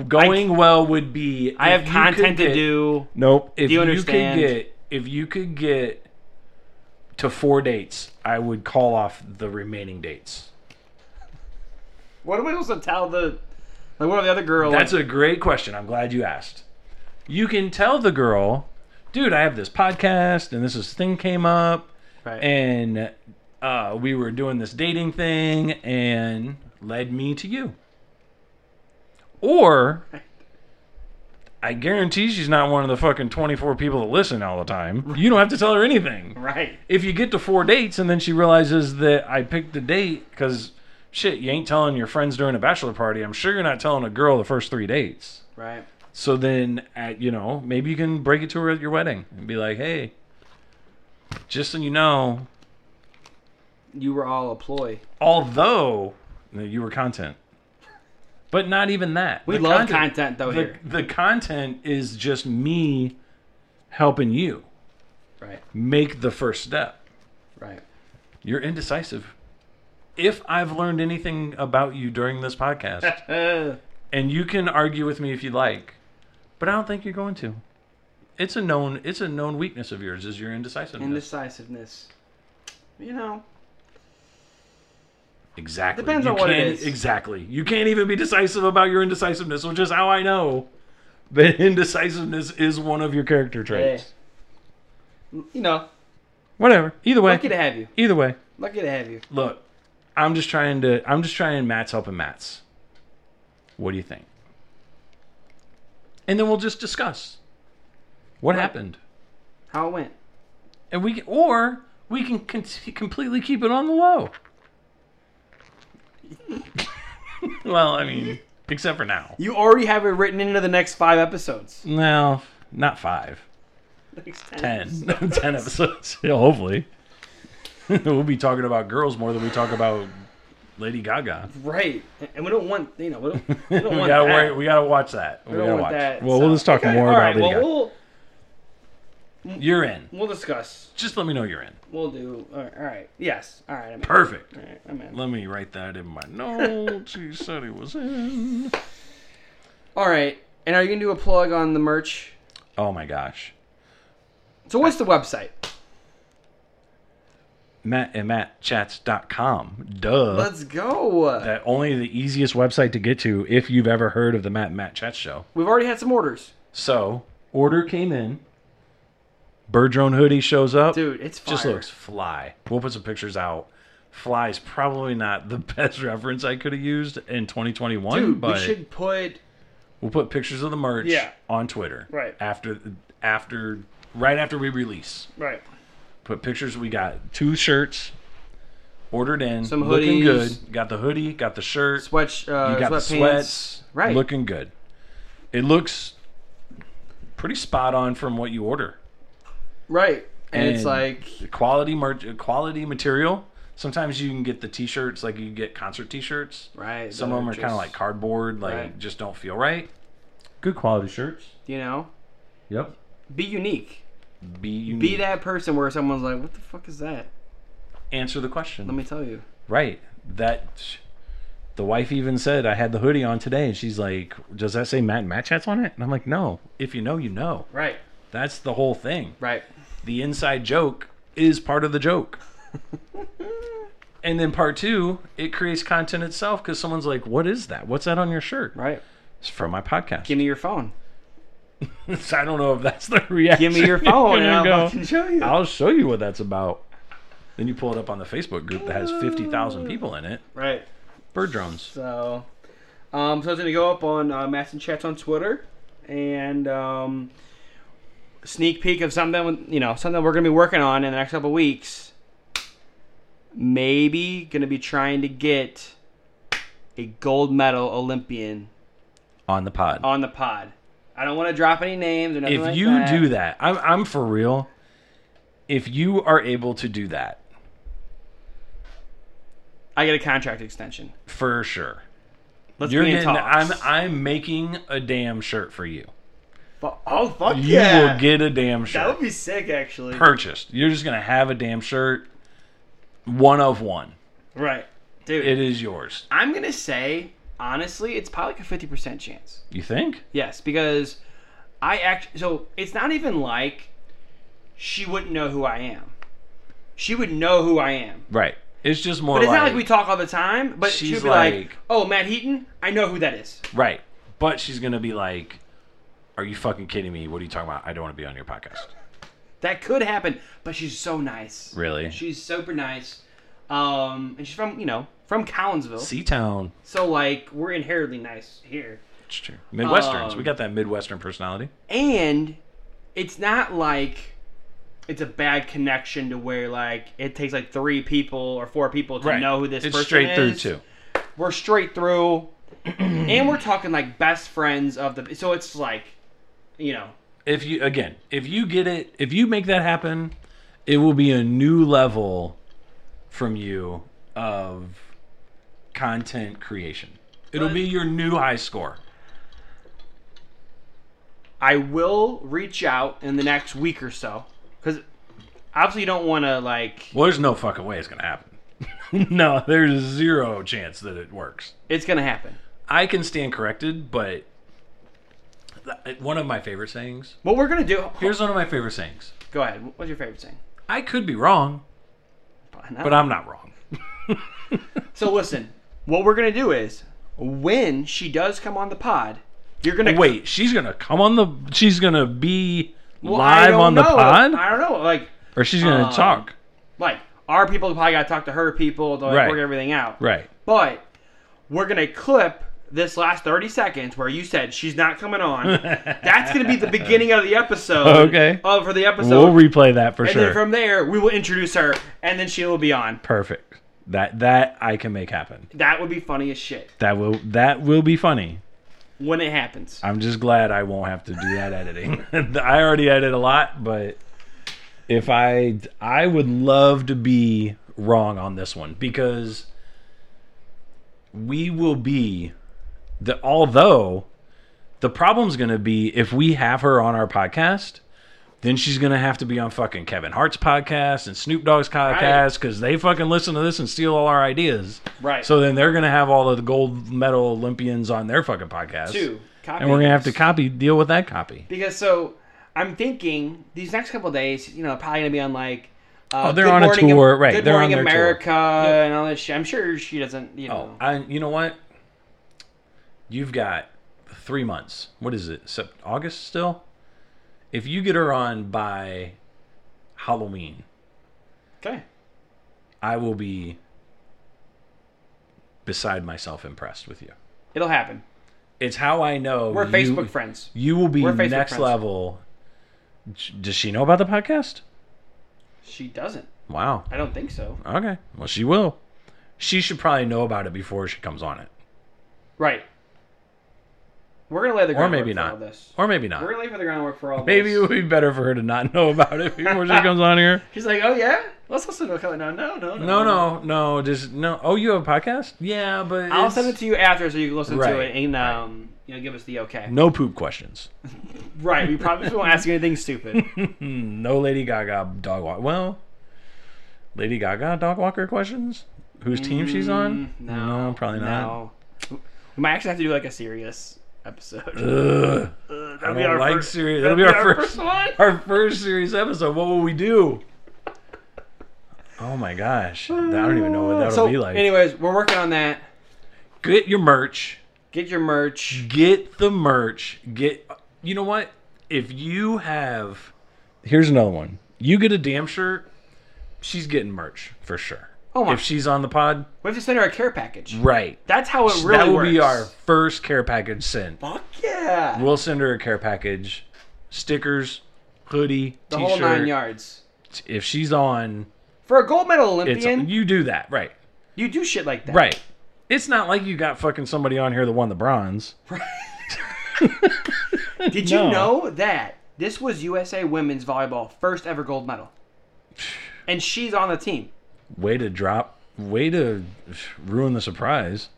going well would be.
I
if
have
you could
content to
get-
do.
Nope. If
Do you
you,
understand?
could get, if you could get to four dates, I would call off the remaining dates.
What are we supposed to tell the? Like, what are the other girl?
That's a great question. I'm glad you asked. You can tell the girl, dude, I have this podcast and this is thing came up
right.
and uh, we were doing this dating thing and led me to you. Or I guarantee she's not one of the fucking 24 people that listen all the time. You don't have to tell her anything.
right.
If you get to four dates and then she realizes that I picked the date because shit, you ain't telling your friends during a bachelor party. I'm sure you're not telling a girl the first three dates.
Right.
So then, at, you know, maybe you can break it to her at your wedding and be like, hey, just so you know,
You were all a ploy.
although you were content, but not even that.
We
The
love content, though
The,
here.
the content is just me helping you
Right.
make the first step.
Right.
You're indecisive. If I've learned anything about you during this podcast,
Uh,
and you can argue with me if you like, but I don't think you're going to. It's a known it's a known weakness of yours is your indecisiveness.
indecisiveness. You know.
exactly.
Depends
You
on what it
can't-
is.
Exactly. You can't even be decisive about your indecisiveness, which is how I know that indecisiveness is one of your character traits.
Eh. You know.
Whatever. Either way.
Lucky to have you.
Either way.
Lucky to have you.
Look, I'm just trying to I'm just trying Matt's helping Matt's. What do you think? And then we'll just discuss what
Right.
happened.
How it went.
and we can, or we can con- completely keep it on the low. well, I mean, except for now.
You already have it written into the next five episodes.
No, not five,
Next
ten, ten episodes. Yeah, hopefully, we'll be talking about girls more than we talk about Lady Gaga.
Right. And we don't want, you know, we don't, we
We,
don't want
gotta
that.
wait, we gotta watch that. We,
We don't
gotta
want
watch.
that.
well,
so-
we'll just talk
Okay,
more
all
about
right,
Lady
well,
Gaga.
We'll,
You're in.
we'll discuss.
Just let me know you're in.
We'll do. All right. all right. Yes. All right. I'm in.
Perfect.
All right. I'm in.
Let me write that in my notes. he said he was in.
All right. And are you going to do a plug on the merch?
Oh my gosh.
So what's the website?
Matt and MattChats.com. Duh.
Let's go.
that only the easiest website to get to if you've ever heard of the Matt and Matt Chats show.
We've already had some orders.
So order came in. Bird drone hoodie shows up.
Dude, it's fire.
just looks fly. We'll put some pictures out. flies probably not the best reference I could have used in 2021.
Dude,
but
we should put
will put pictures of the merch
Yeah.
on Twitter.
Right.
After after right after we release.
right
Put pictures we got two shirts ordered in.
Some
Looking
hoodies.
good. Got the hoodie, got the shirt,
sweat uh,
you got the
sweatpants.
sweats.
Right.
Looking good. It looks pretty spot on from what you order.
Right. And, it's
And-
like
Quality merch quality material. Sometimes you can get the t-shirts like you get concert t-shirts.
right.
Some
that
of them are kind
just,
of like cardboard, like
Right.
just don't feel right. Good quality shirts.
you know,
Yep.
be unique.
Be unique.
Be that person where someone's like, "What the fuck is that?"
Answer the question.
Let me tell you.
right. That the wife even said I had the hoodie on today, and she's like, "Does that say Matt and Matt Chats on it?" And I'm like, "No. If you know, you know.
Right.
That's the whole thing.
Right.
The inside joke is part of the joke." and then part two, it creates content itself because someone's like, "What is that? What's that on your shirt?"
Right.
It's from my podcast.
Give me your phone.
I don't know if that's the reaction.
Give me your
you're
phone, and
gonna
I'll
go.
fucking show you.
I'll show you what that's about. Then you pull it up on the Facebook group that has 50,000 people in it.
Right.
Bird drones.
So, um, so it's gonna go up on uh, Mass and Chats on Twitter, and um, sneak peek of something you know something we're gonna be working on in the next couple weeks. Maybe gonna be trying to get a gold medal Olympian
On the pod.
on the pod. I don't want to drop any names or nothing
if
Oh, like
you
that.
do that, I'm, I'm for real. If you are able to do that,
I get a contract extension.
for sure.
Let's
You're
be in
getting, I'm,
talks.
I'm making a damn shirt for you.
Fu- oh fuck
You
yeah!
will get a damn
that would
shirt
be sick, actually.
purchased. You're just going to have a damn shirt. One of one.
right, dude.
It is yours.
I'm gonna say honestly, it's probably like a fifty percent chance.
You think?
Yes, because I act. So it's not even like she wouldn't know who I am. She would know who I am.
Right. It's just more
But it's
like,
not like we talk all the time. But she'd
She's
be like,
like-
"Oh, Matt Heaton, I know who that is."
Right. But she's going to be like, Are you fucking kidding me? What are you talking about? I don't want to be on your podcast.
That could happen. But she's so nice.
Really?
She's super nice. Um, and she's from you know from Collinsville.
Sea Town.
So like we're inherently nice here.
It's true. Midwesterns.
Um,
we got that Midwestern personality.
and it's not like it's a bad connection to where like it takes like three people or four people to know who this
it's
person
straight through,
is.
too.
We're straight through, and we're talking like best friends of the. So it's like, you know,
If you, again, if you get it, if you make that happen, it will be a new level from you of content creation. It'll
But-
be your new high score.
I will reach out in the next week or so because obviously you don't want to like
Well, there's no fucking way it's going to happen. no, there's zero chance that it works.
it's gonna happen.
I can stand corrected, but th- one of my favorite sayings.
What we're gonna do?
Here's one of my favorite sayings.
Go ahead. What's your favorite thing?
I could be wrong, but I'm not wrong.
So listen, what we're gonna do is when she does come on the pod, you're gonna
Wait, she's gonna come on the. She's gonna be
Well, I
live
don't
on the
know.
pod,
I don't know. Like,
or she's gonna
Um,
talk.
like our people probably got to talk to her people to like,
Right.
work everything out.
Right.
But we're gonna clip this last thirty seconds where you said she's not coming on. That's gonna be the beginning of the episode.
Okay.
Of for the episode.
we'll replay that for
and
sure.
then from there, we will introduce her, and then she will be on.
Perfect. That that I can make happen.
That would be funny as shit
That will that will be funny.
when it happens.
I'm just glad I won't have to do that editing. I already edit a lot, but if I I would love to be wrong on this one because we will be the although the problem's going to be if we have her on our podcast then she's going to have to be on fucking Kevin Hart's podcast and Snoop Dogg's podcast cuz they fucking listen to this and steal all our ideas.
Right.
So then they're going to have all of the gold medal Olympians on their fucking podcast
two. Copy
and we're gonna have to
these.
copy deal with that copy.
because so I'm thinking these next couple days, you know, probably gonna be on like. Uh,
Oh, they're
Good
on a
Morning Am-
tour, right,
Good
they're
Morning
on their tour. Oh.
America and all this shit. I'm sure she doesn't, you know.
I, you know what? You've got three months. What is it? Sep- August still? If you get her on by Halloween,
okay.
I will be beside myself impressed with you.
It'll happen.
It's how I know
We're
you-
Facebook friends.
You will be
We're Facebook
next
friends.
level. Sh- Does she know about the podcast?
She doesn't.
Wow.
I don't think so.
Okay. Well, she will. She should probably know about it before she comes on it,
Right. We're gonna lay the
or
groundwork
maybe
for all
not,
this.
or maybe not.
We're gonna lay for the groundwork for all
Maybe
this.
it would be better for her to not know about it before she comes on here.
She's like, oh yeah, let's listen to a couple. No, no, no,
No, no, no. Just no. Oh, you have a podcast? Yeah, but
I'll
it's-
send it to you after so you can listen to
Right,
it and um, you know, give us the okay.
No poop questions.
Right. We probably won't ask you anything stupid.
No Lady Gaga dog walk. Well, Lady Gaga dog walker questions. Whose team she's on?
Mm, No,
probably not.
No. We might actually have to do like a serious episode.
Ugh.
Uh,
I
that'll
don't like
first-
serious.
that'll
That'll be our, first,
one.
our first serious episode. What will we do? Oh my gosh, I don't even know what that'll
So,
be like.
anyways, we're working on that.
Get your merch.
Get your merch.
Get the merch. Get. You know what? If you have, here's another one. You get a damn shirt. She's getting merch for sure.
Oh my-
If she's on the pod,
We have to send her a care package.
right.
That's how it really
that will
works.
be our first care package sent.
Fuck yeah.
We'll send her a care package, stickers, hoodie,
the
t-shirt.
whole nine yards.
If she's on,
For a gold medal
it's
Olympian, you,
you do that right,
do shit like that.
right. It's not like you got fucking somebody on here that won the bronze.
Did you
No.
know that this was USA women's volleyball first ever gold medal? And she's on the team.
Way to drop. Way to ruin the surprise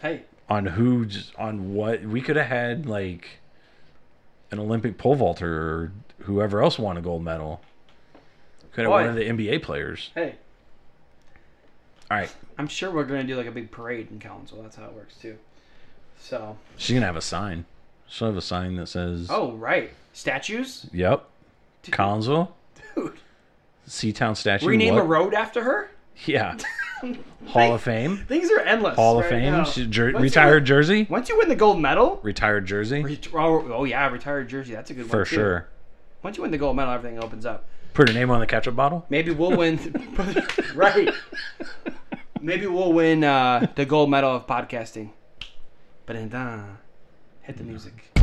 Hey,
on who, on what we could have had like an Olympic pole vaulter or whoever else won a gold medal. Could have
Boy.
one of the NBA players.
hey.
All right,
I'm sure we're gonna do like a big parade in Collinsville. That's how it works too. So,
she's gonna have a sign. She'll have a sign that says,
oh right, statues,
"Yep, Collinsville,
dude.
Seatown Statue."
Rename
what?
a road after her.
Yeah, Hall of Fame.
Things are endless.
Hall of
right
Fame,
now.
she- jer-
Once you
retired
win-
jersey,
once you win the gold medal,
retired jersey
ret- oh, oh, yeah, retired jersey. That's a good
for
one too.
sure.
Once you win the gold medal, everything opens up.
Put her name on the ketchup bottle.
Maybe we'll win. right. Maybe we'll
Mm-hmm.
win uh, the gold medal of podcasting. But then, uh, hit the music.